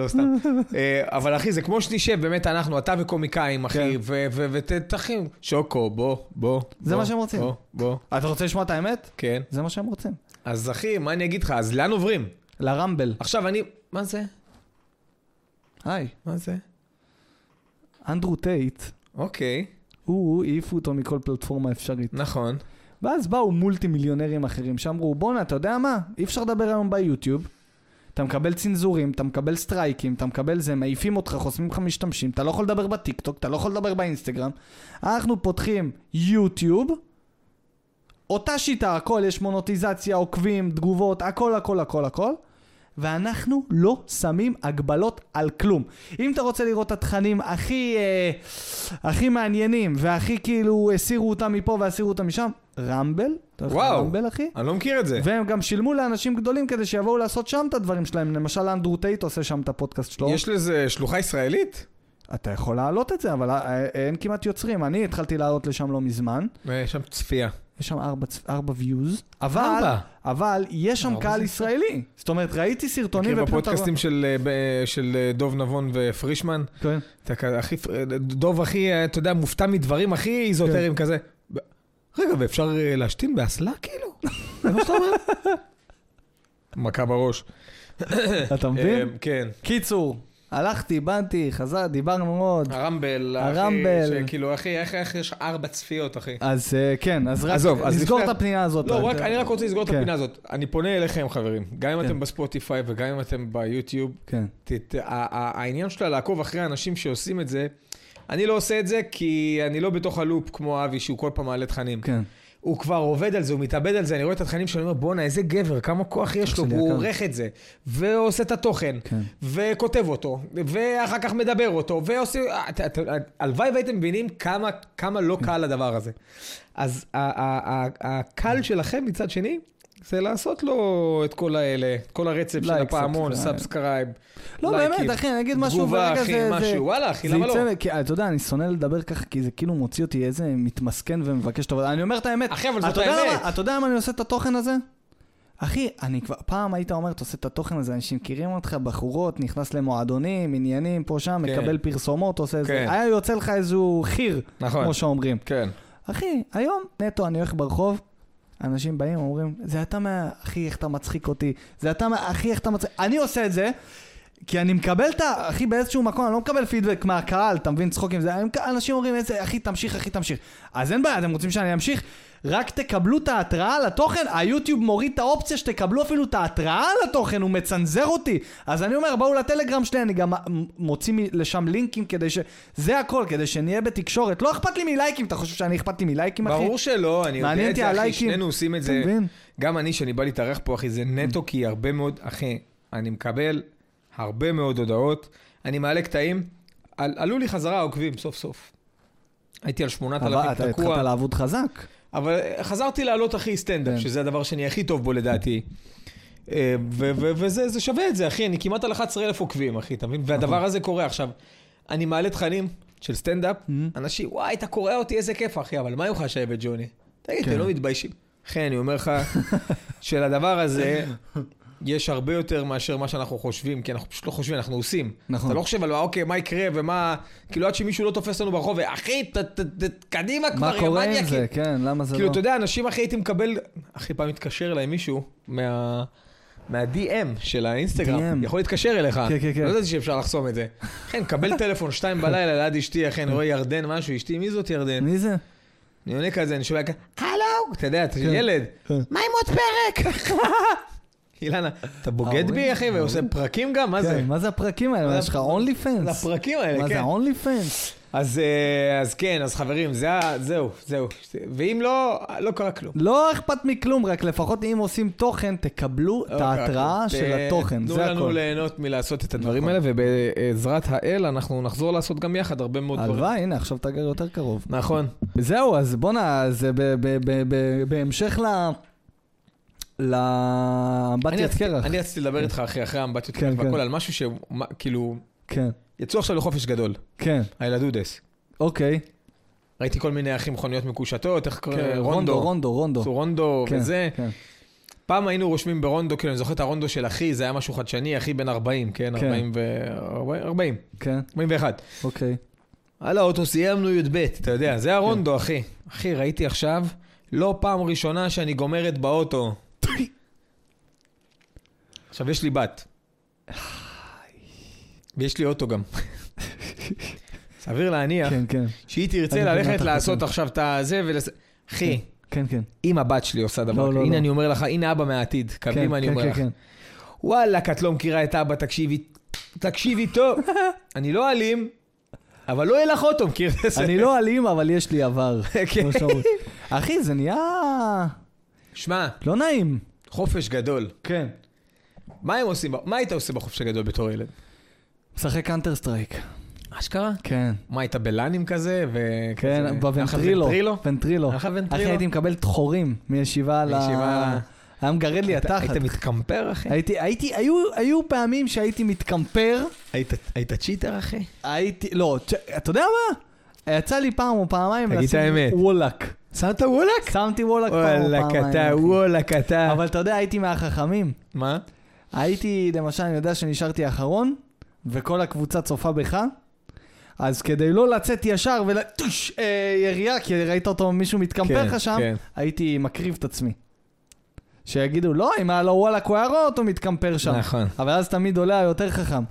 לא סתם. אה, אבל אחי, זה כמו שנשב, באמת אנחנו, אתה וקומיקאים, אחי, כן. ותחים. שוקו, בוא, בוא. זה בוא, מה שהם רוצים. בוא, בוא, אתה רוצה לשמוע את האמת? כן. זה מה שהם רוצים. אז אחי, מה אני אגיד לך? אז לאן עוברים? לרמבל. עכשיו אני... מה זה? היי, מה זה? אנדרו טייט, אוקיי, הוא, העיפו אותו מכל פלטפורמה אפשרית. נכון. ואז באו מולטי מיליונרים אחרים שאמרו, בואנה, אתה יודע מה? אי אפשר לדבר היום ביוטיוב. אתה מקבל צנזורים, אתה מקבל סטרייקים, אתה מקבל זה, מעיפים אותך, חוסמים לך משתמשים, אתה לא יכול לדבר בטיקטוק, אתה לא יכול לדבר באינסטגרם. אנחנו פותחים יוטיוב, אותה שיטה, הכל, יש מונוטיזציה, עוקבים, תגובות, הכל, הכל, הכל, הכל. ואנחנו לא שמים הגבלות על כלום. אם אתה רוצה לראות את התכנים הכי, אה, הכי מעניינים, והכי כאילו הסירו אותם מפה והסירו אותם משם, רמבל, אתה הולך וואו. לרמבל אחי? אני לא מכיר את זה. והם גם שילמו לאנשים גדולים כדי שיבואו לעשות שם את הדברים שלהם. למשל אנדרו טייט עושה שם את הפודקאסט שלו. יש לזה שלוחה ישראלית? אתה יכול להעלות את זה, אבל אה, אה, אין כמעט יוצרים. אני התחלתי לעלות לשם לא מזמן. אה, יש שם צפייה. יש שם ארבע, צ- ארבע views, אבל, ארבע? אבל יש שם ארבע קהל זה- ישראלי. זאת אומרת, ראיתי סרטונים מכיר ופתאום אתה בפודקאסטים רואה- של, אה, ב- של אה, דוב נבון ופרישמן? כן. אתה כזה, הכי, דוב הכי, אה, אתה יודע, מופתע מדברים הכי איזוטריים כן. כזה. ב- רגע, ואפשר אה, להשתין באסלה כאילו? [LAUGHS] זה מה שאתה אומר? מכה בראש. אתה מבין? אה, כן. קיצור, הלכתי, באתי, חזר, דיברנו מאוד. אה. הרמבל, אחי, הרמבל. שכאילו, אחי, איך איך יש ארבע צפיות, אחי? אז אה, כן, אז רק עזוב, אז נסגור לפני- את הפנייה הזאת. לא, רק, אני רק רוצה לסגור את כן. הפינה הזאת. אני פונה אליכם, חברים. גם אם כן. אתם בספוטיפיי וגם אם אתם ביוטיוב, כן, ת- ת- ה- ה- העניין שלה לעקוב אחרי האנשים שעושים את זה, אני לא עושה את זה כי אני לא בתוך הלופ כמו אבי, שהוא כל פעם מעלה תכנים. כן. הוא כבר עובד על זה, הוא מתאבד על זה, אני רואה את התכנים שלו, אני אומר, בואנה, איזה גבר, כמה כוח יש לו, שלי הוא יקר." עורך את זה, ועושה את התוכן, כן. וכותב אותו, ואחר כך מדבר אותו, ועושה... את- את- את- הלוואי והייתם מבינים כמה, כמה לא קל הדבר הזה. אז ה- ה- ה- הקל שלכם מצד שני, זה לעשות לו את כל האלה, את כל הרצף של לייק, הפעמון, סאבסקרייב. סאבסקרייב. לא, לייקים, באמת, אחי, אני אגיד משהו, תגובה, ברגע אחי, זה- זה- משהו, וואלה, אחי, זה למה לא? יצא, כי, אתה יודע, אני שונא לדבר ככה, כי זה כאילו מוציא אותי איזה מתמסכן ומבקש טוב. אני אומר את האמת. אחי, אבל זאת אתה יודע האמת. למה- אתה יודע למה אני עושה את התוכן הזה? אחי, אני כבר, פעם היית אומר, אתה עושה את התוכן הזה, אנשים מכירים אותך, בחורות, נכנס למועדונים, עניינים, פה, שם, כן. מקבל פרסומות, עושה איזה... כן. היה יוצא לך איזו חיר, נכון. כמו שאומרים. כן. אחי, היום נטו אני הולך ברחוב, אנשים באים, אומרים, זה אתה מה... אחי, איך אתה מצחיק אותי, זה אתה מה... אחי, איך אתה מצחיק... אני עושה את זה, כי אני מקבל את ה... אחי, באיזשהו מקום, אני לא מקבל פידבק מהקהל, אתה מבין, צחוקים, זה... הם- אנשים אומרים, איזה, אחי, תמשיך, אחי, תמשיך. אז אין בעיה, אתם רוצים שאני אמשיך? רק תקבלו את ההתראה על התוכן, היוטיוב מוריד את האופציה שתקבלו אפילו את ההתראה על התוכן, הוא מצנזר אותי. אז אני אומר, בואו לטלגרם שלי, אני גם מ- מוציא מ- לשם לינקים כדי ש... זה הכל, כדי שנהיה בתקשורת. לא אכפת לי מלייקים, אתה חושב שאני אכפת לי מלייקים, אחי? ברור שלא, אני יודע מעניין את אותי זה, אחי, הלייקים. שנינו עושים את אתה זה. מבין? גם אני, שאני בא להתארח פה, אחי, זה נטו, כי הרבה מאוד, אחי, אני מקבל הרבה מאוד הודעות, אני מעלה קטעים, על- עלו לי חזרה העוקבים סוף סוף. הייתי על אבל 8,000 אתה התחלת תקוע, לעבוד חזק. אבל אה, חזרתי לעלות, אחי, סטנדאפ, כן. שזה הדבר שאני הכי טוב בו לדעתי. אה, ו- ו- וזה זה שווה את זה, אחי, אני כמעט על 11,000 עוקבים, אחי, אתה מבין? נכון. והדבר הזה קורה עכשיו. אני מעלה תכנים של סטנדאפ, Mm-hmm. אנשים, וואי, אתה קורא אותי, איזה כיף, אחי, אבל מה עם חשבת, ג'וני? תגיד, אתם כן. לא מתביישים. אחי, אני [LAUGHS] אומר לך, שלדבר הזה יש הרבה יותר מאשר מה שאנחנו חושבים, כי אנחנו פשוט לא חושבים, אנחנו עושים. נכון. אתה לא חושב על מה, אוקיי, מה יקרה ומה... כאילו, עד שמישהו לא תופס לנו ברחוב, אחי, ת- ת- ת- קדימה כבר, מה יא קורה עם מניאקים. זה? כן, למה זה לא? כאילו, אתה יודע, אנשים, אחי, הייתי מקבל... אחי, פעם התקשר אליי מישהו מה... מה-DM של האינסטגרם, DM. יכול להתקשר אליך. כן, כן, כן. לא ידעתי שאפשר לחסום את זה. כן, מקבל טלפון שתיים בלילה ליד אשתי, אחי, אני רואה ירדן משהו, אשתי, מי זאת ירדן? מי זה? אני עונה כזה, אני שומע כזה, הלו, אתה יודע, אתה ילד, כן. מה עם עוד פרק? [LAUGHS] אילנה, אתה בוגד ההורים, בי, אחי, ועושה פרקים גם? מה זה? כן, מה זה הפרקים האלה? מה, יש לך אונלי זה פנס? הפרקים האלה, כן. מה זה אונלי פנס? אז, אה, אז כן, אז חברים, זה ה- זהו, זהו. ואם לא, לא קרה כלום. לא אכפת מכלום, רק לפחות אם עושים תוכן, תקבלו את לא קרה כלום. ההתראה של ת- התוכן, זה תנו לנו הכל. ליהנות מלעשות את נכון. הדברים האלה, ובעזרת האל אנחנו נחזור לעשות גם יחד הרבה מאוד דברים. הלוואי, הנה, עכשיו אתה גר יותר קרוב. נכון. זהו, אז בואנה, אז ב- ב- ב- ב- בהמשך ל... אני לאמבטיית רציתי- קרח. אני רציתי לדבר איתך אחי, אחרי האמבטיות כן, קרח והכל, כן. על משהו שכאילו, כן, יצאו עכשיו לחופש גדול, כן, הילדודס. אוקיי. אה, ראיתי כל מיני אחים מכוניות מקושטות, איך קוראים? כן, רונדו, רונדו, רונדו. רונדו כן, וזה. כן. פעם היינו רושמים ברונדו, כאילו, אני זוכר את הרונדו של אחי, זה היה משהו חדשני, אחי בן 40, כן? כן. 40 ו... 40, 40, כן, 41. אוקיי. על האוטו סיימנו י"ב, אתה יודע, זה הרונדו, כן. אחי. אחי, ראיתי עכשיו, לא פעם ראשונה שאני גומרת באוטו. עכשיו, יש לי בת. ויש לי אוטו גם. סביר להניח כן, כן. שהיא תרצה אני מבין מה ללכת אתה לעשות חושב. עכשיו את הזה ולס... אחי, כן, כן. אם הבת שלי עושה דבר לא, כזה, לא, הנה לא. אני אומר לך, הנה אבא מהעתיד, כן, קדימה אני כן, אומר כן, לך. כן. וואלכ, את לא מכירה את אבא, תקשיבי, תקשיבי [LAUGHS] טוב. אני לא אלים, אבל לא יהיה לך אוטו, מכיר? [LAUGHS] אני לא אלים, אבל יש לי עבר. [LAUGHS] כן. כמו שאומרים. אחי, זה נהיה... שמע, לא נעים. חופש גדול. כן. מה הם עושים? ב- מה היית עושה בחופש הגדול בתור ילד? משחק קאנטר סטרייק. אשכרה? כן. מה, היית בלאנים כזה? ו- כזה- כן, היה לך בוונטרילו. ונטרילו? ונטרילו. היה לך ונטרילו? אחי, הייתי מקבל חורים מישיבה ל... מישיבה ל- היה מגרד לי היית- התחת. היית מתקמפר, אחי? הייתי, הייתי, היו, היו פעמים שהייתי מתקמפר, היית- היית צ'יטר, אחי? הייתי, לא, ת- אתה יודע מה? יצא לי פעם או פעמיים תגיד את לשים האמת. וולאק. שמת וולק? שמתי וולאק פעם או וולק פעמיים. אתה, אחי. וולק אתה. אבל אתה יודע, הייתי מהחכמים. מה? הייתי, למשל, אני יודע שנשארתי אחרון, וכל הקבוצה צופה בך, אז כדי לא לצאת ישר ולטוש אה, ירייה, כי ראית אותו מישהו מתקמפר כן, לך שם, כן. הייתי מקריב את עצמי. שיגידו, לא, אם היה לו וואלק, הוא היה רואה אותו מתקמפר שם. נכון. אבל אז תמיד עולה היותר חכם.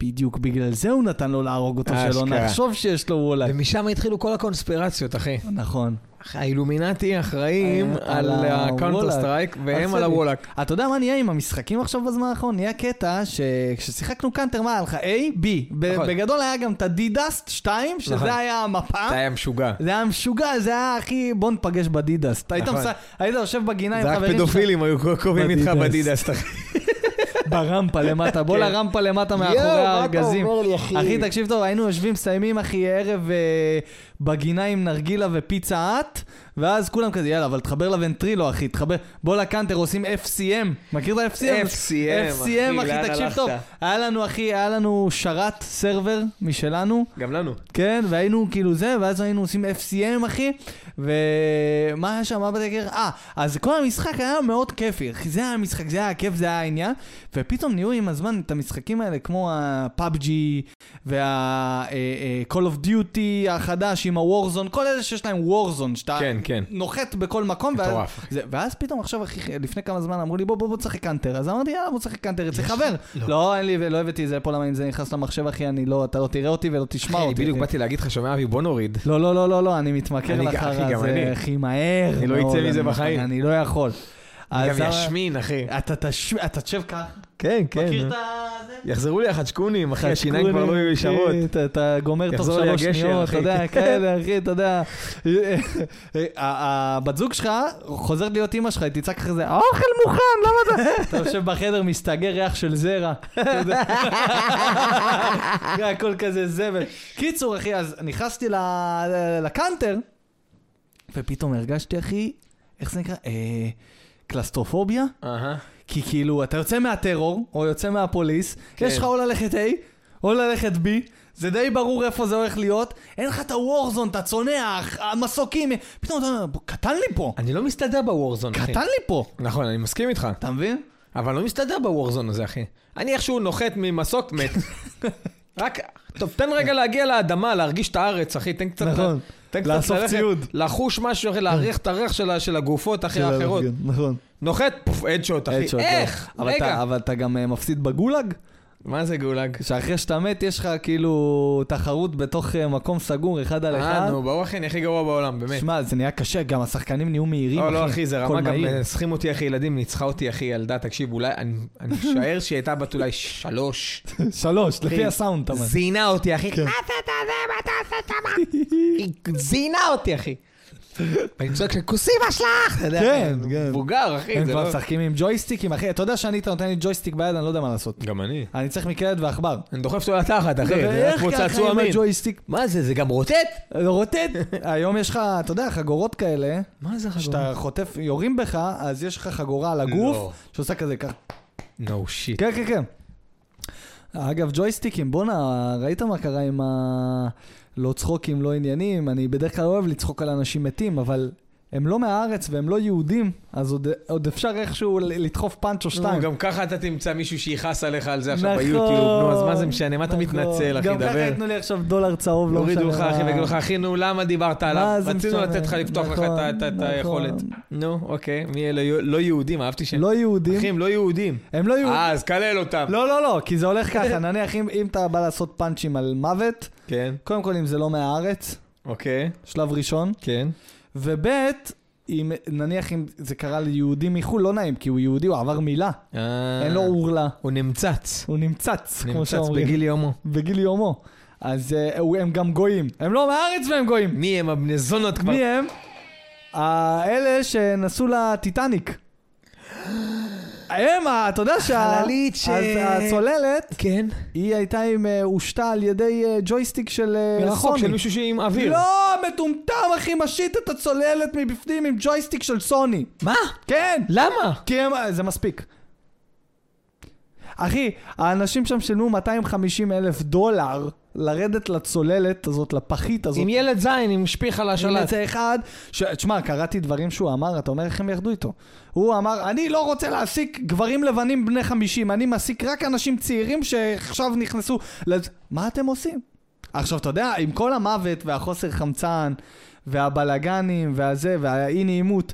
בדיוק בגלל זה הוא נתן לו להרוג אותו, שלא אשכרה. נחשוב שיש לו וואלק. ומשם התחילו כל הקונספירציות, אחי. נכון. האילומינטי אחראים אה, על על הקאונטר הוולאק. סטרייק, והם הצדק. על הוולאק. אתה יודע מה נהיה עם המשחקים עכשיו בזמן האחרון? נהיה קטע שכששיחקנו קאנטר, מה היה לך? A, B. ב- נכון. בגדול היה גם את הדידסט 2, נכון. שזה היה המפה. זה היה משוגע. זה היה משוגע, זה היה הכי בוא ניפגש בדידסט. היית נכון. מס- היית יושב בגינה עם זה רק חברים שלך פדופילים היו קובעים איתך בדידס. בדידס, אחי. ברמפה למטה, בוא כן. לרמפה למטה מאחורי הארגזים. אחי, תקשיב טוב, היינו יושבים, מסיימים, אחי, ערב אה, בגינה עם נרגילה ופיצה את, ואז כולם כזה, יאללה, אבל תחבר לוונטרילו, אחי, תחבר, בוא לקאנטר, עושים FCM. מכיר את ה-FCM? FCM, FCM, אחי, לאן אחי, תקשיב הלכת? טוב. היה לנו, אחי, היה לנו שרת סרבר משלנו, גם לנו. כן, והיינו כאילו זה, ואז היינו עושים FCM, אחי, ומה היה שם, מה בדקר? אה, אז כל המשחק היה מאוד כיפי, אחי, זה היה המשחק, זה היה הכיף, זה היה העניין, ופתאום נהיו עם הזמן את המשחקים האלה, כמו ה-PUBG, וה-Call אה, of Duty החדש עם ה-Warzone, כל אלה שיש להם Warzone, שאתה כן, כן. נוחת בכל מקום, ואז- מטורף, זה- ואז פתאום עכשיו, אחי, לפני כמה זמן אמרו לי, בוא, בוא, בוא, תשחק קאנטר, אז אמרתי, יאללה, בוא, תשחק קאנטר אצלי חבר. לא, אין לי, לא הבאתי את זה לפה, למה אם זה נכנס למחשב, אחי, אני לא, אתה לא תראה אותי ולא תשמע אחי, אותי. בדיוק אחי. באתי להגיד לך, שומע אבי, בוא נוריד. לא, לא, לא, לא, לא, אני מתמכר אני- אחי, לחרא גם אני. הזה, הכי מהר. אני לא מאוד, אצא מזה אני- בחיים. אני לא יכול. גם אז ה- ישמין, אחי. אתה תש- אתה תשב ככה, אה, כן, כן. מכיר את ה... זה? יחזרו לי החדשקונים, אחי, השיניים כבר לא יהיו ישרות. כן, אתה- אתה גומר תוך יחזור לי שלוש הגשר, שניות, אחי. אתה יודע, כאלה, אחי, אתה [LAUGHS] יודע. ה- הבת זוג שלך חוזרת להיות אימא שלך, היא תצעק אחרי זה, האוכל מוכן, למה אתה... אתה יושב בחדר, מסתגר ריח של זרע. [LAUGHS] אתה יודע. הכל כזה זבל. קיצור, אחי, אז נכנסתי ל- לקאנטר, ופתאום הרגשתי, אחי, איך זה נקרא? אה, קלסטרופוביה? אהה. כי כאילו, אתה יוצא מהטרור, או יוצא מהפוליס, כן. כן. יש לך או ללכת A, או ללכת B, זה די ברור איפה זה הולך להיות, אין לך את הוורזון, את הצונח, המסוקים, פתאום אתה אומר, "בוא, קטן לי פה, אני לא מסתדר בוורזון, אחי. קטן לי פה, נכון, אני מסכים איתך. אתה מבין? אבל לא מסתדר בוורזון הזה, אחי. אני איכשהו נוחת ממסוק [LAUGHS] מת. רק, טוב, תן רגע להגיע לאדמה, להרגיש את הארץ, אחי, תן קצת... נכון. תן קצת לאסוף ללכת, ציוד. לחוש משהו, אחי, להריח את הריח של ה- של לא. הגופות, אחי, האחרות. נכון. נוחת, פוף, אדשוט, אחי. Headshot, איך? לא. אבל רגע. אתה, אבל אתה גם אה, מפסיד בגולאג, מה זה גולג? שאחרי שאתה מת יש לך כאילו תחרות בתוך אה, מקום סגור, אחד על אה, אחד. נו, ברור, אחי, אני הכי גרוע בעולם, באמת. שמע, זה נהיה קשה, גם השחקנים נהיו מהירים, לא, לא, אחי, זה הכל רמה גם, מהיר. סכים אותי, אחי, ילדים, ניצחה אותי, אחי, ילדה, תקשיב, אולי, אני [LAUGHS] אני משער שהיא הייתה בת אולי שלוש. שלוש, לפי אחי, הסאונד, אתה כן. אומר. זיינה אותי, אחי. מה זה אתה זה? מה אתה עושה שמה? היא זיינה אותי, אחי. ואני צועק שכוסימה שלך! אתה יודע, כן, כן. מבוגר, אחי, הם זה לא... כבר משחקים עם ג'ויסטיקים, אחי. אתה יודע שאני, אתה נותן לי ג'ויסטיק ביד, אני לא יודע מה לעשות. גם אני. אני צריך מקלדת ועכבר. אני דוחף אותו לתחת, אחי. אה, זה ואיך כמו ככה צעצוע עם מין. הג'ויסטיק? מה זה, זה גם רוטט? רוטט. היום יש לך, אתה יודע, חגורות כאלה, מה זה שאתה חוטף, יורים בך, אז יש לך חגורה על לא. הגוף, שעושה כזה ככה. נו שיט. כן, כן, כן. אגב, ג'ויסטיקים, בואנה, ראית מה קרה עם ה... לא צחוקים, לא עניינים. אני בדרך כלל אוהב לצחוק על אנשים מתים, אבל הם לא מהארץ והם לא יהודים, אז עוד, עוד אפשר איכשהו ל- לדחוף פאנץ' או שתיים. גם ככה אתה תמצא מישהו שיכעס עליך על זה עכשיו נכון, ביוטיוב, נו, אז מה זה משנה? מה אתה נכון. מתנצל, אחי? גם ככה דבר. ייתנו לי עכשיו דולר צהוב, לא משנה יורידו לך, מה. אחי, ויגידו לך, אחי, נו, למה דיברת עליו? זה רצינו משנה? לתת לך, לפתוח לך את ה- את ה- את נכון, היכולת. נכון. נו, אוקיי, מי אלה? יו- לא יהודים, אהבתי ש... לא יהודים. אחי, הם לא יהודים. הם לא יהודים. אה, אז קלל אותם. לא, לא, לא, כי זה הולך [LAUGHS] ככה. נניח אם אם אתה בא לעשות פאנצ'ים על מוות, כן, קודם כל אם זה לא מהארץ, אוקיי, שלב ראשון, כן. וב' אם נניח אם זה קרה ליהודי מחו"ל, לא נעים, כי הוא יהודי, הוא עבר מילה. אה, אין לו עורלה. הוא נמצץ. הוא נמצץ, כמו נמצץ שאומרים. בגיל יומו. בגיל יומו. אז אה, הוא- הם גם גויים. הם לא מהארץ והם גויים. מי הם הבני זונות כבר? מי הם? האלה שנסעו לטיטניק. הם, ה- אתה יודע שה... החללית ש- אז הצוללת, כן. היא הייתה עם... אה, הושתה על ידי אה, ג'ויסטיק של אה, מרחוק, סוני. של מישהו שעם אוויר. לא, מטומטם, אחי, משית את הצוללת מבפנים עם ג'ויסטיק של סוני. מה? כן! למה? כי הם... אה, זה מספיק. אחי, האנשים שם שילמו 250 אלף דולר לרדת לצוללת הזאת, לפחית הזאת. עם ילד זין, עם שפיך על עם השלט. איזה אחד, ש... תשמע, קראתי דברים שהוא אמר, אתה אומר איך הם ירדו איתו. הוא אמר, אני לא רוצה להעסיק גברים לבנים בני 50, אני מעסיק רק אנשים צעירים שעכשיו נכנסו... לת... מה אתם עושים? עכשיו, אתה יודע, עם כל המוות והחוסר חמצן, והבלגנים, והזה, והאי נעימות,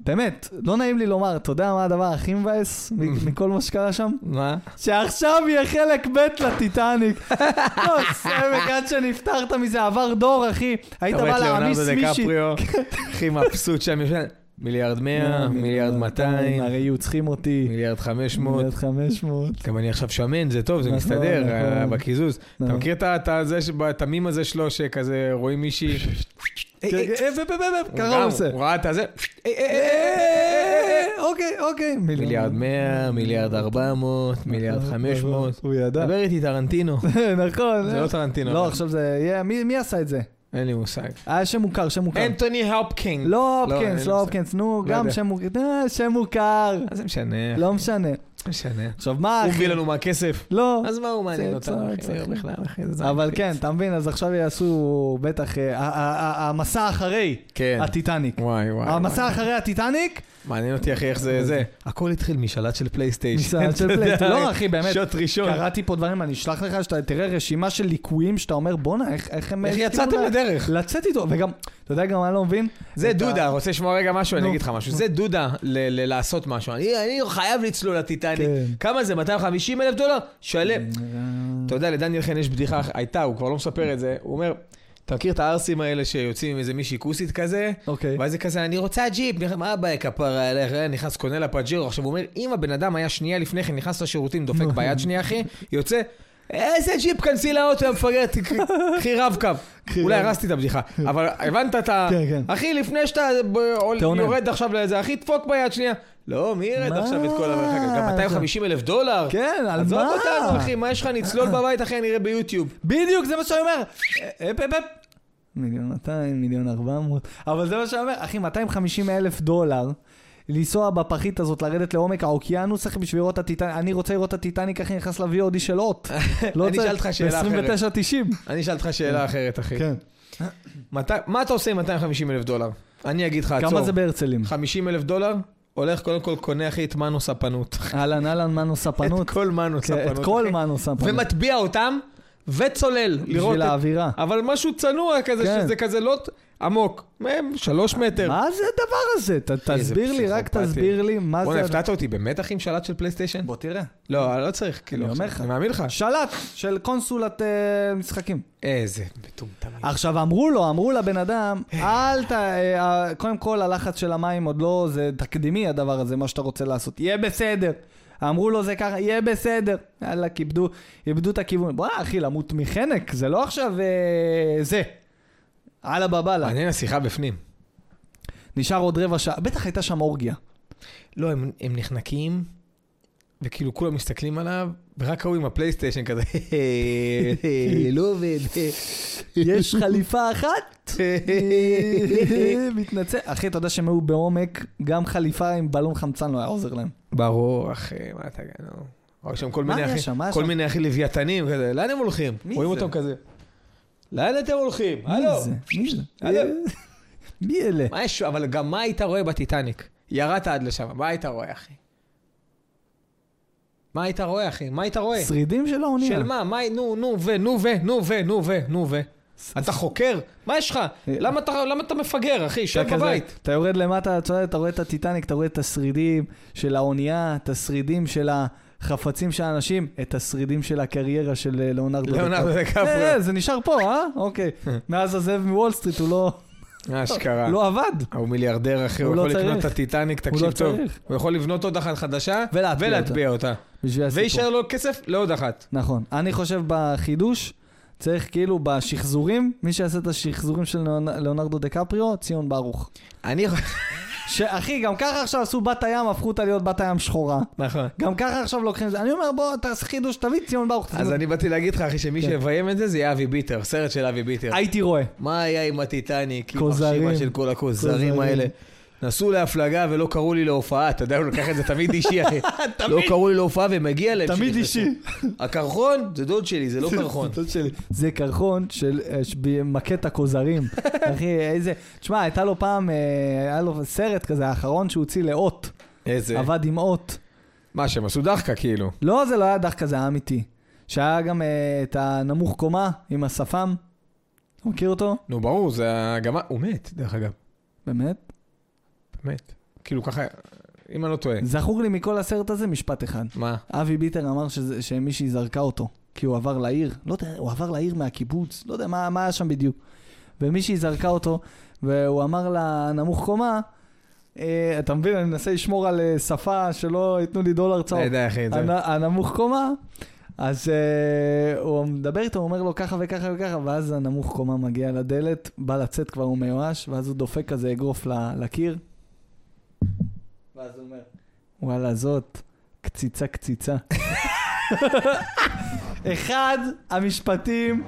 באמת, לא נעים לי לומר, אתה יודע מה הדבר הכי מבאס מ- מכל מה שקרה שם? מה? שעכשיו יהיה חלק ב' לטיטניק. [LAUGHS] לא, סמק, עד שנפטרת מזה, עבר דור, אחי. היית אתה רואה בא את להעמיס ליאונרדו מישהי. לא, דקפריו, הכי מבסוט שם, יושב, מיליארד 100, אה, מיליארד 200, אה, הרי היו צריכים אותי. מיליארד 500. מיליארד 500. גם אני עכשיו שמן, זה טוב, זה נכון, מסתדר, נכון. אה, בקיזוז. אתה נכון. מכיר את ה- את הזה ש- את המים הזה שלו, שכזה רואים מישהי... אה, אה, אה, ופ, פ, פ, פ, הוא ככה גם, הוא עושה. הוא ראה את הזה, אה, אה, אה, אה, אוקיי, אוקיי. מיליארד 100, מיליארד 400, מיליארד נכון, 500. הוא ידע. דבר איתי טרנטינו. [LAUGHS] נכון. זה אה. לא טרנטינו. לא, אבל. עכשיו זה יהיה... מי מי עשה את זה? אין לי מושג. היה שם מוכר, שם מוכר. אנטוני הופקינג. לא אין לי הופקינס, לא מושג. הופקינס, נו, לא גם יודע. שם מוכר. אה, שם מוכר. מה אה, זה משנה? לא משנה. משנה. עכשיו, מה, הוא אחי? מביא לנו מהכסף. לא. אז מה הוא מעניין אותנו, צועק, אחי? צועק. בכלל, אחי, זה זין. אבל כן, אתה מבין, אז עכשיו יעשו בטח אה, ה- ה- ה- המסע אחרי כן. הטיטניק. וואי, וואי. המסע וואי. אחרי הטיטניק, מעניין אותי, אחי, איך זה זה. הכל התחיל משלט של פלייסטיישן. מסעד של אתה יודע, פלייט. לא, אחי, באמת. שוט ראשון. קראתי פה דברים, אני אשלח לך, שאתה תראה רשימה של ליקויים שאתה אומר, בואנה, איך איך הם... איך הסכימו יצאתם לה- לדרך? לצאת איתו, וגם, אתה יודע גם מה אני לא מבין? זה את ה- דודה, רוצה לשמוע רגע משהו? אני נו. אגיד לך משהו. זה דודה ל- ל- לעשות משהו. אני אני חייב לצלול לטיטניק. כן. כמה זה? 250 אלף דולר? שלם. אה, אתה יודע, לדניאל חן יש בדיחה, הייתה, הוא כבר לא מספר את זה. הוא אומר, אתה מכיר את הערסים האלה שיוצאים עם איזה מישהי כוסית כזה? אוקיי. ואז זה כזה, אני רוצה ג'יפ, נכ- מה הבעיה כפרה עליך, אה, נכנס, קונה לה פג'ירו. עכשיו הוא אומר, אם הבן אדם היה שנייה לפני כן, נכנס לשירותים, דופק ביד שנייה, אחי, יוצא, איזה ג'יפ, כנסי לאוטו, המפגר, ת- ק- קחי רב-קו. אולי הרסתי את [LAUGHS] הבדיחה, אבל הבנת את ה... כן, כן. אחי, לפני שאתה ב- עול- טעונה. יורד עכשיו לאיזה, אחי, דפוק ביד שנייה. לא, מי ירד מה? עכשיו את כל המרחק? גם 250 אלף דולר. כן, על עזוב מה? אותנו, אחי, מה יש לך? נצלול בבית, אחי, אני אראה ביוטיוב. בדיוק, זה מה שאני אומר. אה, אפ, אפ, אפ. מיליון 200, מיליון 400, אבל זה מה שאני אומר, אחי, 250 אלף דולר. לנסוע בפחית הזאת, לרדת לעומק האוקיינוס, אחי, בשביל לראות את הטיטניק, אני רוצה לראות את הטיטניק, אחי, נכנס ל-VOD של הוט. לא [LAUGHS] אני צריך- אשאל אותך שאלה אחרת. ב-29.90. אני אשאל אותך שאלה אחרת, אחי. כן. מתי- מה אתה עושה עם 250 אלף דולר? אני אגיד לך, עצור. כמה זה [LAUGHS] בהרצלים? 50 אלף דולר? הולך קודם כל קונה אחי את מנו ספנות. אהלן, אהלן, מנו את ספנות. כל מנו כן, ספנות. את כל אחי. מנו ספנות. [LAUGHS] ומטביע אותם, וצולל. לראות בשביל את- האווירה. אבל משהו צנוע כזה, כן. שזה כזה לא ת- עמוק. מהם, שלוש מטר. מה זה הדבר הזה? ת- אה, איזה תסביר לי, רק פסיכופתי. תסביר לי מה בואנה, זה... הדבר- הפתעת אותי באמת אחי עם שלט של פלייסטיישן? בוא תראה. לא, לא צריך, כאילו. אני אומר עכשיו, לך. אני מאמין לך. שלט של קונסולת אה, משחקים. איזה מטומטם. עכשיו אמרו לו, אמרו לבן אדם, אל ת... אה, קודם כל הלחץ של המים עוד לא, זה תקדימי הדבר הזה, מה שאתה רוצה לעשות. יהיה בסדר. אמרו לו זה ככה, יהיה בסדר. יאללה, איבדו, איבדו את הכיוון. בוא'נה, אחי, למות מחנק, זה לא עכשיו אה, זה. אללה בבאללה. מעניין השיחה בפנים. נשאר עוד רבע שעה, בטח הייתה שם אורגיה. לא, הם, הם נחנקים, וכאילו כולם מסתכלים עליו, ורק ההוא עם הפלייסטיישן כזה, [LAUGHS] לא עובד. יש חליפה אחת? אה, מתנצל. אחי, אתה יודע שהם היו בעומק, גם חליפה עם בלון חמצן לא היה עוזר להם. ברור, אחי, אה, מה אתה גאנו. רואים שם כל מה מיני היה אחי, שם? מה היה כל שם? מיני אחי לוויתנים כזה, לאן הם הולכים? מי רואים זה? אותם כזה. לאן אתם הולכים? מי הלו. זה? אה. מי זה? הלו. [LAUGHS] מי אלה? מה יש, אבל גם מה היית רואה בטיטניק? ירדת עד לשם, מה היית רואה, אחי? מה היית רואה, אחי? מה היית רואה? שרידים של האונייה. של מה? מה, נו, נו, ו, נו, ו, נו, ו, נו, ו, נו, ו. אתה חוקר? מה יש לך? למה אתה- למה אתה מפגר, אחי? שב אה. אתה כזה- בבית. אתה יורד למטה, אתה, יודע, אתה רואה את הטיטניק, אתה רואה את השרידים של האונייה, את השרידים של החפצים של האנשים, את השרידים של הקריירה של אה, ליאונרדו ליאונרדו דיקפריו. אה, אה, זה נשאר פה, אה? [LAUGHS] אוקיי. מאז הזאב מוול סטריט הוא לא, אשכרה. לא עבד. הוא מיליארדר, אחי, הוא הוא לא יכול לקנות את צריך. הטיטניק, הוא תקשיב לא טוב. צריך. הוא יכול לבנות עוד אחת חדשה, ולהטביע ולהטביע אותה. בשביל הסיפור. ויישאר לו כסף לעוד אחת. נכון. אני חושב בחידוש, צריך כאילו בשחזורים, מי שיעשה את השחזורים של ליאונ- ליאונרדו דקפריו, ציון ברוך. אני... שאחי, גם ככה עכשיו עשו בת הים, הפכו אותה להיות בת הים שחורה. נכון. גם ככה עכשיו לוקחים את זה. אני אומר, בוא, תעשה חידוש, תביא את ציון ברוך. אז תשים- אני באתי להגיד לך, אחי, שמי כן. שיביים את זה, זה יהיה אבי ביטר, סרט של אבי ביטר. הייתי רואה. מה היה עם הטיטניק, עם כוזרים. החשיבה של כל הכוזרים כוזרים. האלה? נסעו להפלגה ולא קראו לי להופעה, אתה יודע, הוא לקח את זה [LAUGHS] תמיד אישי, אחי. לא קראו לי להופעה ומגיע להם. תמיד שנכנסו. אישי. הקרחון זה דוד [LAUGHS] שלי, זה לא קרחון. דוד שלי. זה קרחון של אה, שמכה את [LAUGHS] הכוזרים. אחי, איזה... תשמע, הייתה לו פעם, אה, היה לו סרט כזה, האחרון שהוא הוציא לאות. איזה... עבד עם אות. מה, שהם עשו דחקה כאילו. לא, זה לא היה דחקה, זה היה אמיתי. שהיה גם אה, את הנמוך קומה עם השפם. אתה מכיר אותו? נו, ברור, זה הגמה... הוא מת, דרך אגב. באמת? מת. כאילו ככה, אם אני לא טועה. זכור לי מכל הסרט הזה משפט אחד. מה? אבי ביטר אמר שזה, שמישהי זרקה אותו, כי הוא עבר לעיר. לא יודע, הוא עבר לעיר מהקיבוץ, לא יודע מה, מה היה שם בדיוק. ומישהי זרקה אותו, והוא אמר לה, נמוך קומה, אה, אתה מבין, אני מנסה לשמור על אה, שפה שלא ייתנו לי דולר צהוב. אני יודע, אה, אחי, זה... הנ- הנמוך קומה, אז אה, הוא מדבר איתו, הוא אומר לו ככה וככה וככה, ואז הנמוך קומה מגיע לדלת, בא לצאת כבר, הוא מיואש, ואז הוא דופק כזה אגרוף ל- לקיר. ואז הוא אומר, וואלה, זאת קציצה קציצה. [LAUGHS] אחד המשפטים,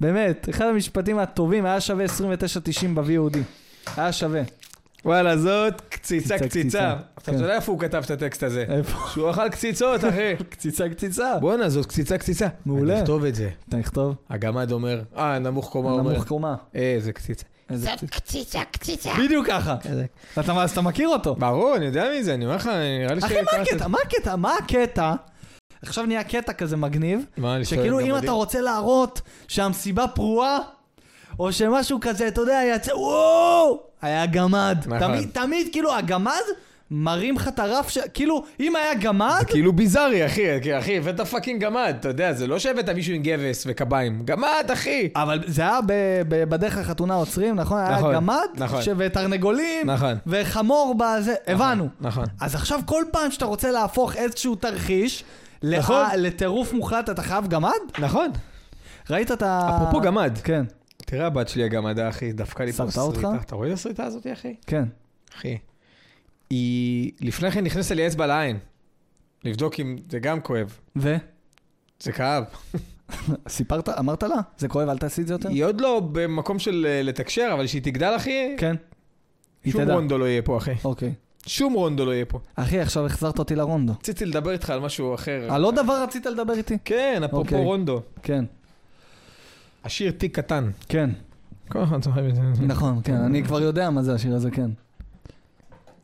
באמת, אחד המשפטים הטובים, היה שווה 29.90 ב-VOD. היה שווה. כן. וואלה, זאת קציצה קציצה, קציצה. קציצה. כן. אה. אתה יודע איפה הוא כתב את הטקסט הזה? איפה? שהוא אכל קציצות, [LAUGHS] אחי. קציצה קציצה. בואנה, זאת קציצה קציצה. מעולה. אני אכתוב את זה. אתה נכתוב? הגמד אומר, אה, נמוך קומה אומר. נמוך קומה. אה, איזה קציצה. איזה Zap kcica, kcica. בדיוק ככה. אתה, אז אתה מכיר אותו. ברור, אני יודע מי זה, אני אומר לך, נראה לי ש... אחי, מה הקטע? מה הקטע? מה הקטע? עכשיו נהיה קטע כזה מגניב, מה, לשאול שכאילו גם אם מדהים? אתה רוצה להראות שהמסיבה פרועה, או שמשהו כזה, אתה יודע, יצא, וואו! היה גמד. נכון. תמיד, תמיד, כאילו, הגמד מרים לך את הרף, ש- כאילו, אם היה גמד, כאילו ביזארי, אחי, כי, אחי, הבאת פאקינג גמד, אתה יודע, זה לא שהבאת מישהו עם גבס וקביים. גמד, אחי! אבל זה היה ב- ב- בדרך לחתונה עוצרים, נכון? היה נכון, גמד, נכון. ש- ותרנגולים, נכון. וחמור בזה, הבנו. נכון. אז עכשיו כל פעם שאתה רוצה להפוך איזשהו תרחיש, לה- נכון. לטירוף מוחלט אתה חייב גמד? נכון. ראית את ה... אפרופו גמד. כן, תראה, הבת שלי הגמדה, אחי, דפקה לי פה שרטה אותך? שריטה. אתה רואה את השריטה הזאת, אחי? כן. אחי. היא... לפני כן נכנסה לי אצבע לעין. לבדוק אם זה גם כואב. ו? זה כאב. סיפרת? אמרת לה? זה כואב, אל תעשי את זה יותר? היא עוד לא במקום של אה, לתקשר, אבל כשהיא תגדל, אחי, כן. היא שום תדע. רונדו לא יהיה פה, אחי. אוקיי. שום רונדו לא יהיה פה. אחי, עכשיו החזרת אותי לרונדו. רציתי לדבר איתך על משהו אחר. על עוד דבר רצית לדבר איתי? כן, אפרופו אוקיי. רונדו. כן. השיר תיק קטן. כן. כל אחד צוחק את זה. נכון, כן. אני כבר יודע מה זה השיר הזה, כן.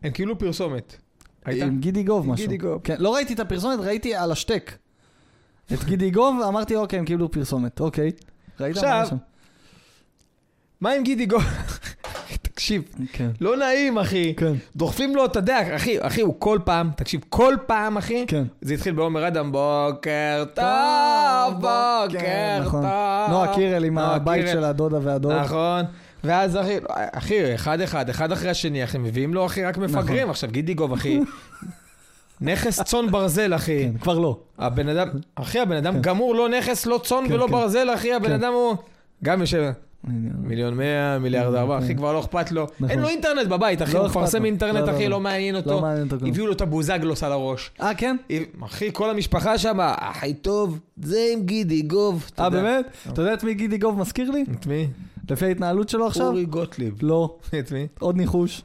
הם כאילו פרסומת. הייתה? עם גידי גוב עם משהו. גידי גוב. כן, לא ראיתי את הפרסומת, ראיתי על השטק. את גידי גוב, אמרתי, אוקיי, הם קיבלו פרסומת, אוקיי. ראית מה היה עכשיו- שם? מה עם גידי גו? [LAUGHS] תקשיב, כן. לא נעים, אחי. כן. דוחפים לו, אתה יודע, אחי, אחי, הוא כל פעם, תקשיב, כל פעם, אחי, כן. זה התחיל בעומר אדם, בוקר טוב, בוקר טוב. נכון. נועה קירל עם כן, נועה הבית קירל. של הדודה והדוד. נכון. ואז אחי, אחי, אחד אחד, אחד אחרי השני, אחי, מביאים לו, אחי, רק מפגרים. נכון. עכשיו, גידיגוב, אחי, נכס צאן ברזל, אחי. כן, כבר לא. הבן אדם, אחי, הבן אדם גמור, לא נכס, לא צאן כן, ולא כן. ברזל, אחי, הבן כן. אדם הוא... גם יושב, מיליון מאה, מיליארד ארבע, אחי, כן. כבר לא אכפת לו. נכון. אין לו אינטרנט בבית, אחי, לא הוא אכפת מפרסם לו. לא, אינטרנט, לא, אחי, לא. לא מעניין לא אותו. מעניין אותו כלום. הביאו לו את הבוזגלוס על הראש. אה, כן? אחי, כל המשפחה שם, אחי טוב, זה עם גידי גוב. אתה אה, יודע. באמת? אתה יודע את מי גידי גוב מזכיר לי? את מי? לפי ההתנהלות שלו עכשיו? אורי גוטליב. לא. [LAUGHS] את מי? עוד ניחוש?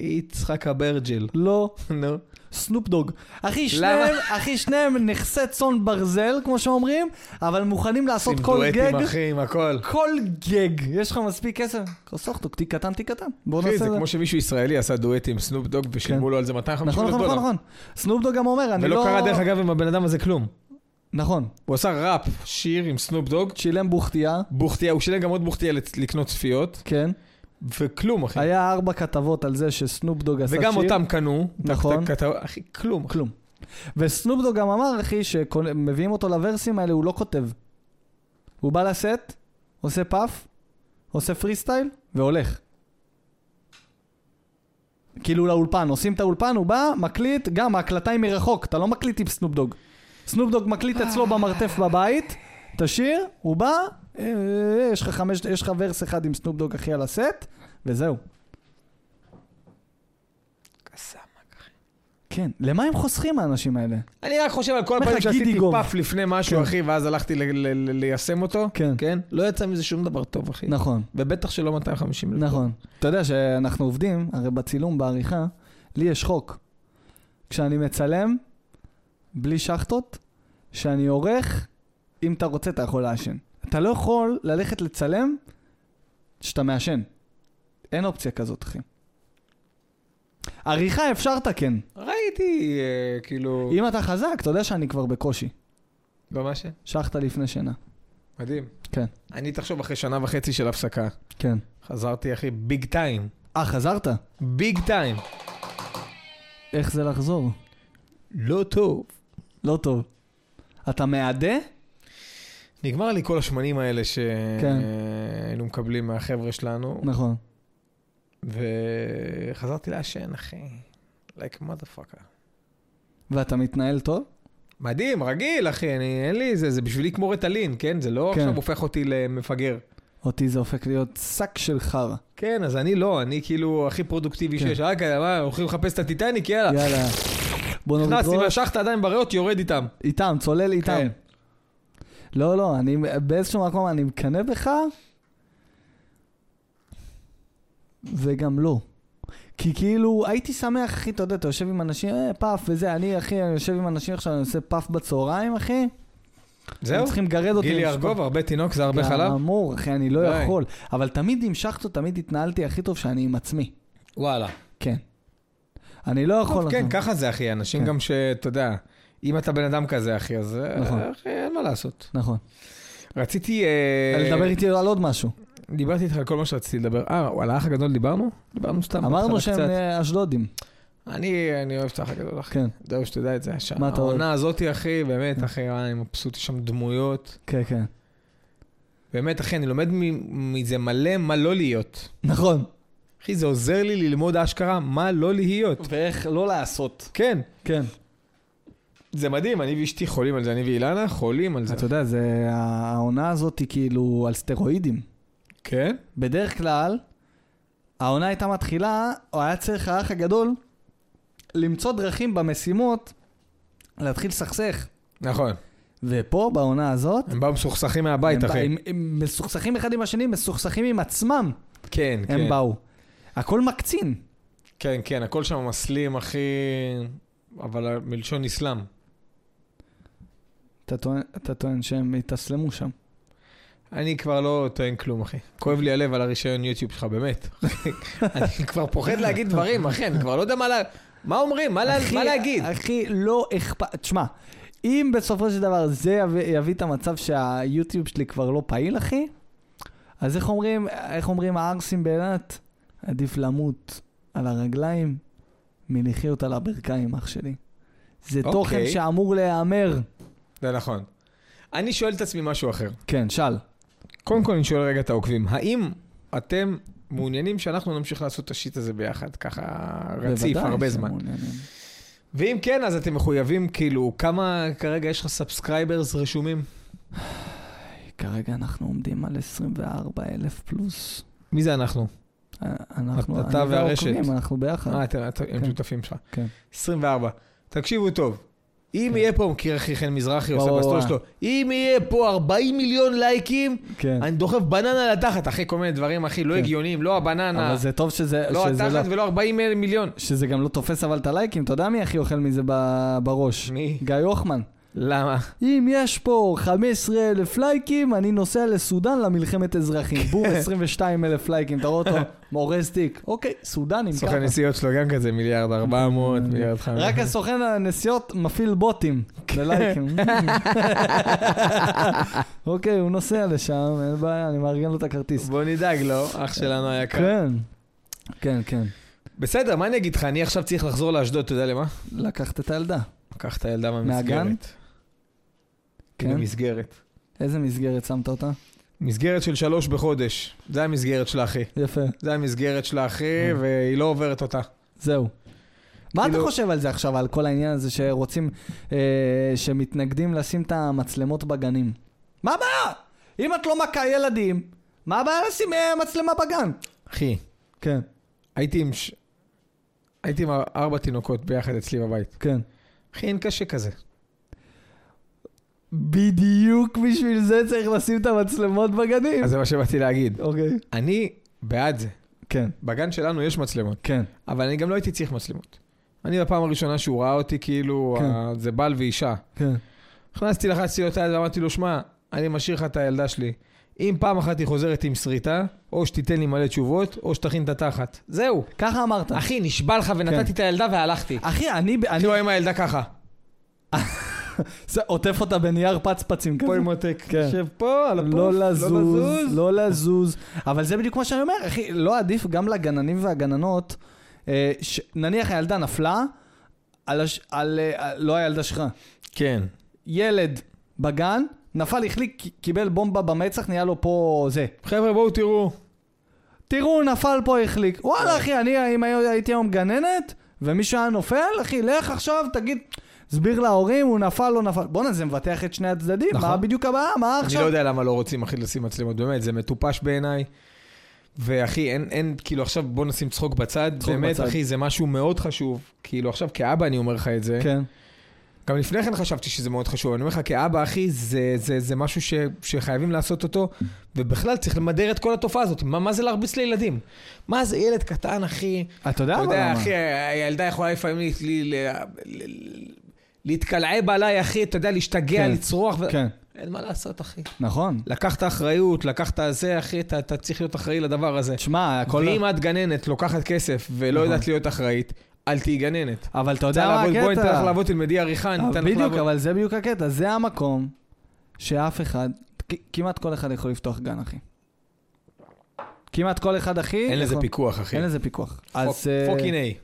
יצחק אברג'יל. [LAUGHS] לא. נו. סנופ דוג. אחי, שניהם, אחי, שניהם נכסי צאן ברזל, כמו שאומרים, אבל מוכנים לעשות כל גג. עם אחי, עם הכל. כל גג. יש לך מספיק כסף? חסוך אותו, תיק קטן, תיק קטן. בואו נעשה אחי, את זה זה. כמו שמישהו ישראלי עשה דואט עם סנופ דוג ושילמו כן. לו על זה 250 נכון, אלף נכון, דולר. נכון, נכון. סנופ דוג גם אומר, אני ולא לא... קרה דרך אגב עם הבן אדם הזה כלום. נכון. הוא עשה ראפ, שיר עם סנופ דוג, שילם בוכתייה, בוכתיה, הוא שילם גם עוד בוכתיה לצ- לקנות צפיות, כן. וכלום אחי. היה ארבע כתבות על זה שסנופ דוג עשה שיר. כן. וגם אותם קנו. נכון. כת- כת- אחי, כלום. אחי. כלום. וסנופ דוג גם אמר, אחי, שמביאים אותו לוורסים האלה, הוא לא כותב. הוא בא לסט, עושה פאף, עושה פרי סטייל, והולך. כאילו לאולפן, עושים את האולפן, הוא בא, מקליט, גם ההקלטה היא מרחוק, אתה לא מקליט עם סנופ דוג. סנופ דוג מקליט אצלו במרתף בבית, את השיר, הוא בא, אה, אה, יש לך חמש, יש לך ורס אחד עם סנופ דוג אחי על הסט, וזהו. כן, למה הם חוסכים האנשים האלה? אני רק חושב על כל אומר הפעמים לך, שעשיתי גידי גוב. פאף לפני משהו, כן. אחי, ואז הלכתי ל- ל- ל- ליישם אותו. כן. כן? לא יצא מזה שום דבר טוב, אחי. נכון. ובטח שלא 250 אלף. נכון. אתה יודע שאנחנו עובדים, הרי בצילום, בעריכה, לי יש חוק. כשאני מצלם, בלי שחטות, שאני עורך, אם אתה רוצה, אתה יכול לעשן. אתה לא יכול ללכת לצלם כשאתה מעשן. אין אופציה כזאת, אחי. עריכה אפשרת כן. ראיתי, אה, כאילו... אם אתה חזק, אתה יודע שאני כבר בקושי. במה ש... שחטה לפני שינה. מדהים. כן. אני, תחשוב, אחרי שנה וחצי של הפסקה, כן. חזרתי, אחי, ביג טיים. אה, חזרת? ביג טיים. איך זה לחזור? לא טוב. לא טוב. אתה מעדה? נגמר לי כל השמנים האלה כן. שהיינו מקבלים מהחבר'ה שלנו, נכון. וחזרתי לעשן, אחי. like motherfucker. ואתה מתנהל טוב? מדהים, רגיל, אחי, אני, אין לי זה, זה בשבילי כמו רטלין, כן? זה לא כן. עכשיו הופך אותי למפגר. אותי זה הופך להיות שק של חרא. כן, אז אני לא, אני כאילו הכי פרודוקטיבי כן. שיש. רק, מה, הולכים לחפש את הטיטניק, יאללה. יאללה. בוא נוריד נכנס עם ראש. השחטה עדיין בריאות, יורד איתם. איתם, צולל איתם. כן. לא, לא, אני באיזשהו מקום אני מקנא בך, וגם לא. כי כאילו, הייתי שמח, אחי, אתה יודע, אתה יושב עם אנשים, אה, פאף וזה, אני, אחי, אני יושב עם אנשים עכשיו, אני עושה פאף בצהריים, אחי. הם זהו, צריכים לגרד אותי. גילי עם שפ- ארגוב, הרבה תינוק, זה הרבה חלב. גמור, אחי, אני לא די. יכול. אבל תמיד המשכת, תמיד התנהלתי הכי טוב שאני עם עצמי. וואלה. כן. אני לא יכול... טוב, כן, אחי. ככה זה, אחי, אנשים כן. גם שאתה יודע, אם אתה בן אדם כזה, אחי, אז אה, נכון. אחי, אין מה לעשות. נכון. רציתי... אה, לדבר איתי על עוד משהו. דיברתי איתך על כל מה שרציתי לדבר. אה, על האח הגדול דיברנו? דיברנו סתם. אמרנו בהתחלה שהם קצת. אה, אשדודים. אני אני אוהב את האח הגדול, אחי. כן, זהו, שתדע את זה. מה אתה אוהב? העונה הזאתי, אחי, באמת, אחי, אה, אני מבסוט, יש שם דמויות. כן, כן. [LAUGHS] באמת, אחי, אני לומד מ- מזה מלא מה לא להיות. נכון. אחי, זה עוזר לי ללמוד אשכרה מה לא להיות. ואיך לא לעשות. כן, כן. זה מדהים, אני ואשתי חולים על זה, אני ואילנה חולים על זה. אתה יודע, זה- העונה הזאת היא כאילו על סטרואידים. כן? בדרך כלל, העונה הייתה מתחילה, או היה צריך האח הגדול למצוא דרכים במשימות להתחיל לסכסך. נכון. ופה, בעונה הזאת, הם באו מסוכסכים מהבית, הם, אחי. הם, הם מסוכסכים אחד עם השני, מסוכסכים עם עצמם, כן, כן. הם באו. הכל מקצין. כן, כן, הכל שם מסלים, אחי... אבל מלשון אסלאם. אתה טוען, אתה טוען שהם התאסלמו שם. אני כבר לא טוען כלום, אחי. כואב לי הלב על הרישיון יוטיוב שלך, באמת. [LAUGHS] אני כבר פוחד להגיד דברים, אחי, אני כבר לא יודע מה לה... מה אומרים? מה, לה... אחי, לא, מה להגיד? אחי, לא אכפת... תשמע, אם בסופו של דבר זה יביא, יביא את המצב שהיוטיוב שלי כבר לא פעיל, אחי, אז איך אומרים, איך אומרים הערסים באילת? עדיף למות על הרגליים מלחיות על הברכיים, אח שלי. זה אוקיי. תוכן שאמור להיאמר. זה נכון. אני שואל את עצמי משהו אחר. כן, שאל. קודם כל אני שואל רגע את העוקבים, האם אתם מעוניינים שאנחנו נמשיך לעשות את השיט הזה ביחד, ככה רציף בוודאי הרבה שהם זמן? מעוניינים. ואם כן, אז אתם מחויבים, כאילו, כמה כרגע יש לך סאבסקרייברס רשומים? כרגע אנחנו עומדים על 24 אלף פלוס. אה, מי זה אנחנו? אנחנו, אתה אני והרשת. והעוקבים, אנחנו ביחד. אה, אתם, אתם, הם כן. שותפים שלך. כן. 24. תקשיבו טוב, אם יהיה פה, מכיר איך חן מזרחי עושה וואו, בסטור וואו. שלו, אם יהיה פה 40 מיליון לייקים, כן. אני דוחף בננה לתחת, אחי, כל מיני דברים, אחי, לא הגיוניים, לא הבננה, אבל זה טוב שזה... לא שזה התחת ולא 40 מיליון. שזה גם לא תופס אבל את הלייקים, אתה יודע מי הכי אוכל מזה ב- בראש? מי? גיא הוחמן. למה? אם יש פה 15 אלף לייקים, אני נוסע לסודאן למלחמת כן. אזרחים. בום, 22 אלף לייקים, אתה רואה אותו [LAUGHS] מאורז תיק. אוקיי, סודנים סוכן ככה. נסיעות שלו גם כזה, מיליארד 400, מיליארד כן. 500. כן. רק הסוכן הנסיעות מפעיל בוטים [LAUGHS] ללייקים. אוקיי, הוא נוסע לשם, אין בעיה, אני מארגן לו את הכרטיס. בוא נדאג לו, אח שלנו היקר. כן, כן, כן. בסדר, מה אני אגיד לך? אני עכשיו צריך לחזור לאשדוד, אתה יודע למה? לקחת את הילדה. לקח את הילדה מהגן? מהמסגרת. כן. במסגרת. איזה מסגרת שמת אותה? מסגרת של שלוש בחודש. זה המסגרת שלה, אחי. יפה, זה המסגרת שלה, אחי, והיא לא עוברת אותה. זהו. מה אתה כאילו- חושב על זה עכשיו, על כל העניין הזה שרוצים, אה, שמתנגדים לשים את המצלמות בגנים? מה הבעיה? אם את לא מכה ילדים, מה הבעיה לשים אה, מצלמה בגן? אחי, כן, הייתי עם... ש- הייתי עם ארבע תינוקות ביחד אצלי בבית. כן. אחי, אין קשה כזה. בדיוק בשביל זה צריך לשים את המצלמות בגנים. אז זה מה שבאתי להגיד. אוקיי. אני בעד זה. כן, בגן שלנו יש מצלמות, כן. אבל אני גם לא הייתי צריך מצלמות. אני בפעם הראשונה שהוא ראה אותי, כאילו, כן. ה- זה בעל ואישה. כן, נכנסתי, לחצתי לו את היד ואמרתי לו, שמע, אני משאיר לך את הילדה שלי. אם פעם אחת היא חוזרת עם שריטה, או שתיתן לי מלא תשובות, או שתכין את התחת. זהו. ככה אמרת. אחי, נשבע לך ונתתי כן. את הילדה והלכתי. אחי, אני... אני אני רואה עם הילדה ככה. זה עוטף אותה בנייר פצפצים כזה. פה עם עותק. כן. יושב פה, על הפוף, לא לזוז, לא לזוז. אבל זה בדיוק מה שאני אומר, אחי, לא עדיף גם לגננים והגננות, אה, ש- נניח הילדה נפלה, על הש- על, אה, לא הילדה שלך, כן. ילד בגן, נפל, החליק, ק- קיבל בומבה במצח, נהיה לו פה זה. חבר'ה, בואו תראו. תראו, הוא נפל פה, החליק. כן. וואלה, אחי, אני אם היו- הייתי היום גננת, ומישהו היה נופל, אחי, לך עכשיו, תגיד... תסביר להורים, הוא נפל, לא נפל. בואנה, זה מבטח את שני הצדדים, נכון. מה בדיוק הבעיה? מה אני עכשיו? לא יודע למה לא רוצים, אחי, לשים מצלמות. באמת, זה מטופש בעיניי. ואחי, אין, אין, כאילו, עכשיו בוא נשים צחוק בצד. צחוק באמת, בצד. אחי, זה משהו מאוד חשוב. כאילו, עכשיו כאבא אני אומר לך את זה. כן, גם לפני כן חשבתי שזה מאוד חשוב. אני אומר לך, כאבא, אחי, זה, זה, זה משהו ש, שחייבים לעשות אותו, ובכלל צריך למדר את כל התופעה הזאת. מה, מה זה להרביץ לילדים? מה זה ילד קטן, אחי? אתה יודע אתה אבל יודע, למה. אחי, הילדה יכולה לפעמים ל- ל- ל- ל- להתקלעב עליי, אחי, אתה יודע, להשתגע, כן. לצרוח. ו- כן, אין מה לעשות, אחי. נכון. לקחת אחריות, לקחת זה, אחי, אתה, אתה צריך להיות אחראי לדבר הזה. תשמע, הכל... ואם את גננת לוקחת כסף ולא נכון. יודעת להיות אחראית, אל תהיי גננת. אבל אתה יודע מה רוצה לעבוד, הקטע. בואי ניתן לך לעבוד, תלמדי עריכה, אבל ניתן לך לעבוד. בדיוק, אבל זה בדיוק הקטע. זה המקום שאף אחד, כ- כמעט כל אחד יכול לפתוח גן, אחי. כמעט כל אחד, אחי. נכון. אין לזה יכול- פיקוח, אחי. אין לזה פיקוח. אז... אה, פוקינג איי.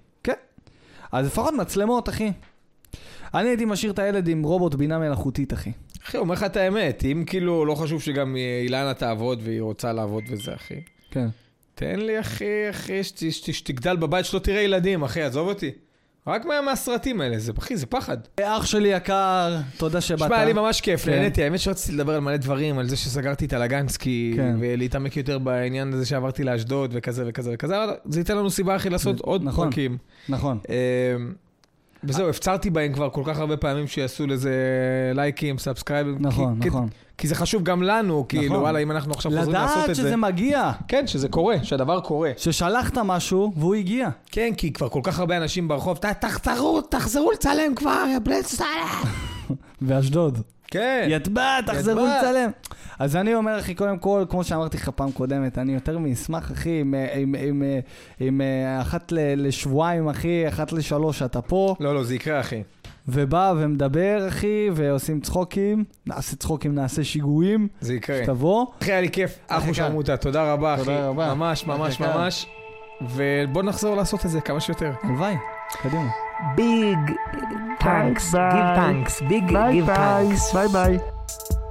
אז לפחות מצלמות, אחי. אני הייתי משאיר את הילד עם רובוט בינה מלאכותית, אחי. אחי, אומר לך את האמת, אם כאילו לא חשוב שגם אילנה תעבוד והיא רוצה לעבוד וזה, אחי. כן. תן לי, אחי, אחי, שת- שת- שתגדל בבית שלא תראה ילדים, אחי, עזוב אותי. רק מה- מהסרטים האלה, זה, אחי, זה פחד. אח שלי יקר, תודה שבאת. שמע, היה לי ממש כיף, כן. נהניתי. האמת שרציתי לדבר על מלא דברים, על זה שסגרתי את הלגנסקי, כן. ולהתעמק יותר בעניין הזה שעברתי לאשדוד, וכזה וכזה וכזה, אבל זה ייתן לנו סיבה, אחי, לעשות זה- עוד נכון. פרקים. נכון. אמ, וזהו, הפצרתי בהם כבר כל כך הרבה פעמים שיעשו לזה לייקים, סאבסקרייבים. כי- נכון, כי- נכון. כי זה חשוב גם לנו, כאילו, נכון. וואלה, אם אנחנו עכשיו חוזרים לעשות לדעת את זה. שזה מגיע, כן, שזה קורה, שהדבר קורה. ששלחת משהו והוא הגיע. כן, כי כבר כל כך הרבה אנשים ברחוב, "ת- תחזרו, תחזרו לצלם כבר, יא בני סאלח. באשדוד. כן. יטבע, תחזרו יטבע. לצלם. אז אני אומר, אחי, קודם כל, כמו שאמרתי לך פעם קודמת, אני יותר מאשמח, אחי, אם, אה, אם, אם, אה, אם אה, אחת ל- לשבועיים, אחי, אחת לשלוש אתה פה, לא, לא, זה יקרה, אחי. ובא ומדבר, אחי, ועושים צחוקים, נעשה צחוקים, נעשה שיגועים, זה יקרה. שתבוא. אחי, היה לי כיף. אחו קל. שרמוטה, תודה רבה, אחי. תודה רבה. ממש, ממש, אחי קל. ממש. ובוא נחזור לעשות את זה כמה שיותר. הלוואי, קדימה. Big thanks. Give thanks. Big give thanks. Bye bye.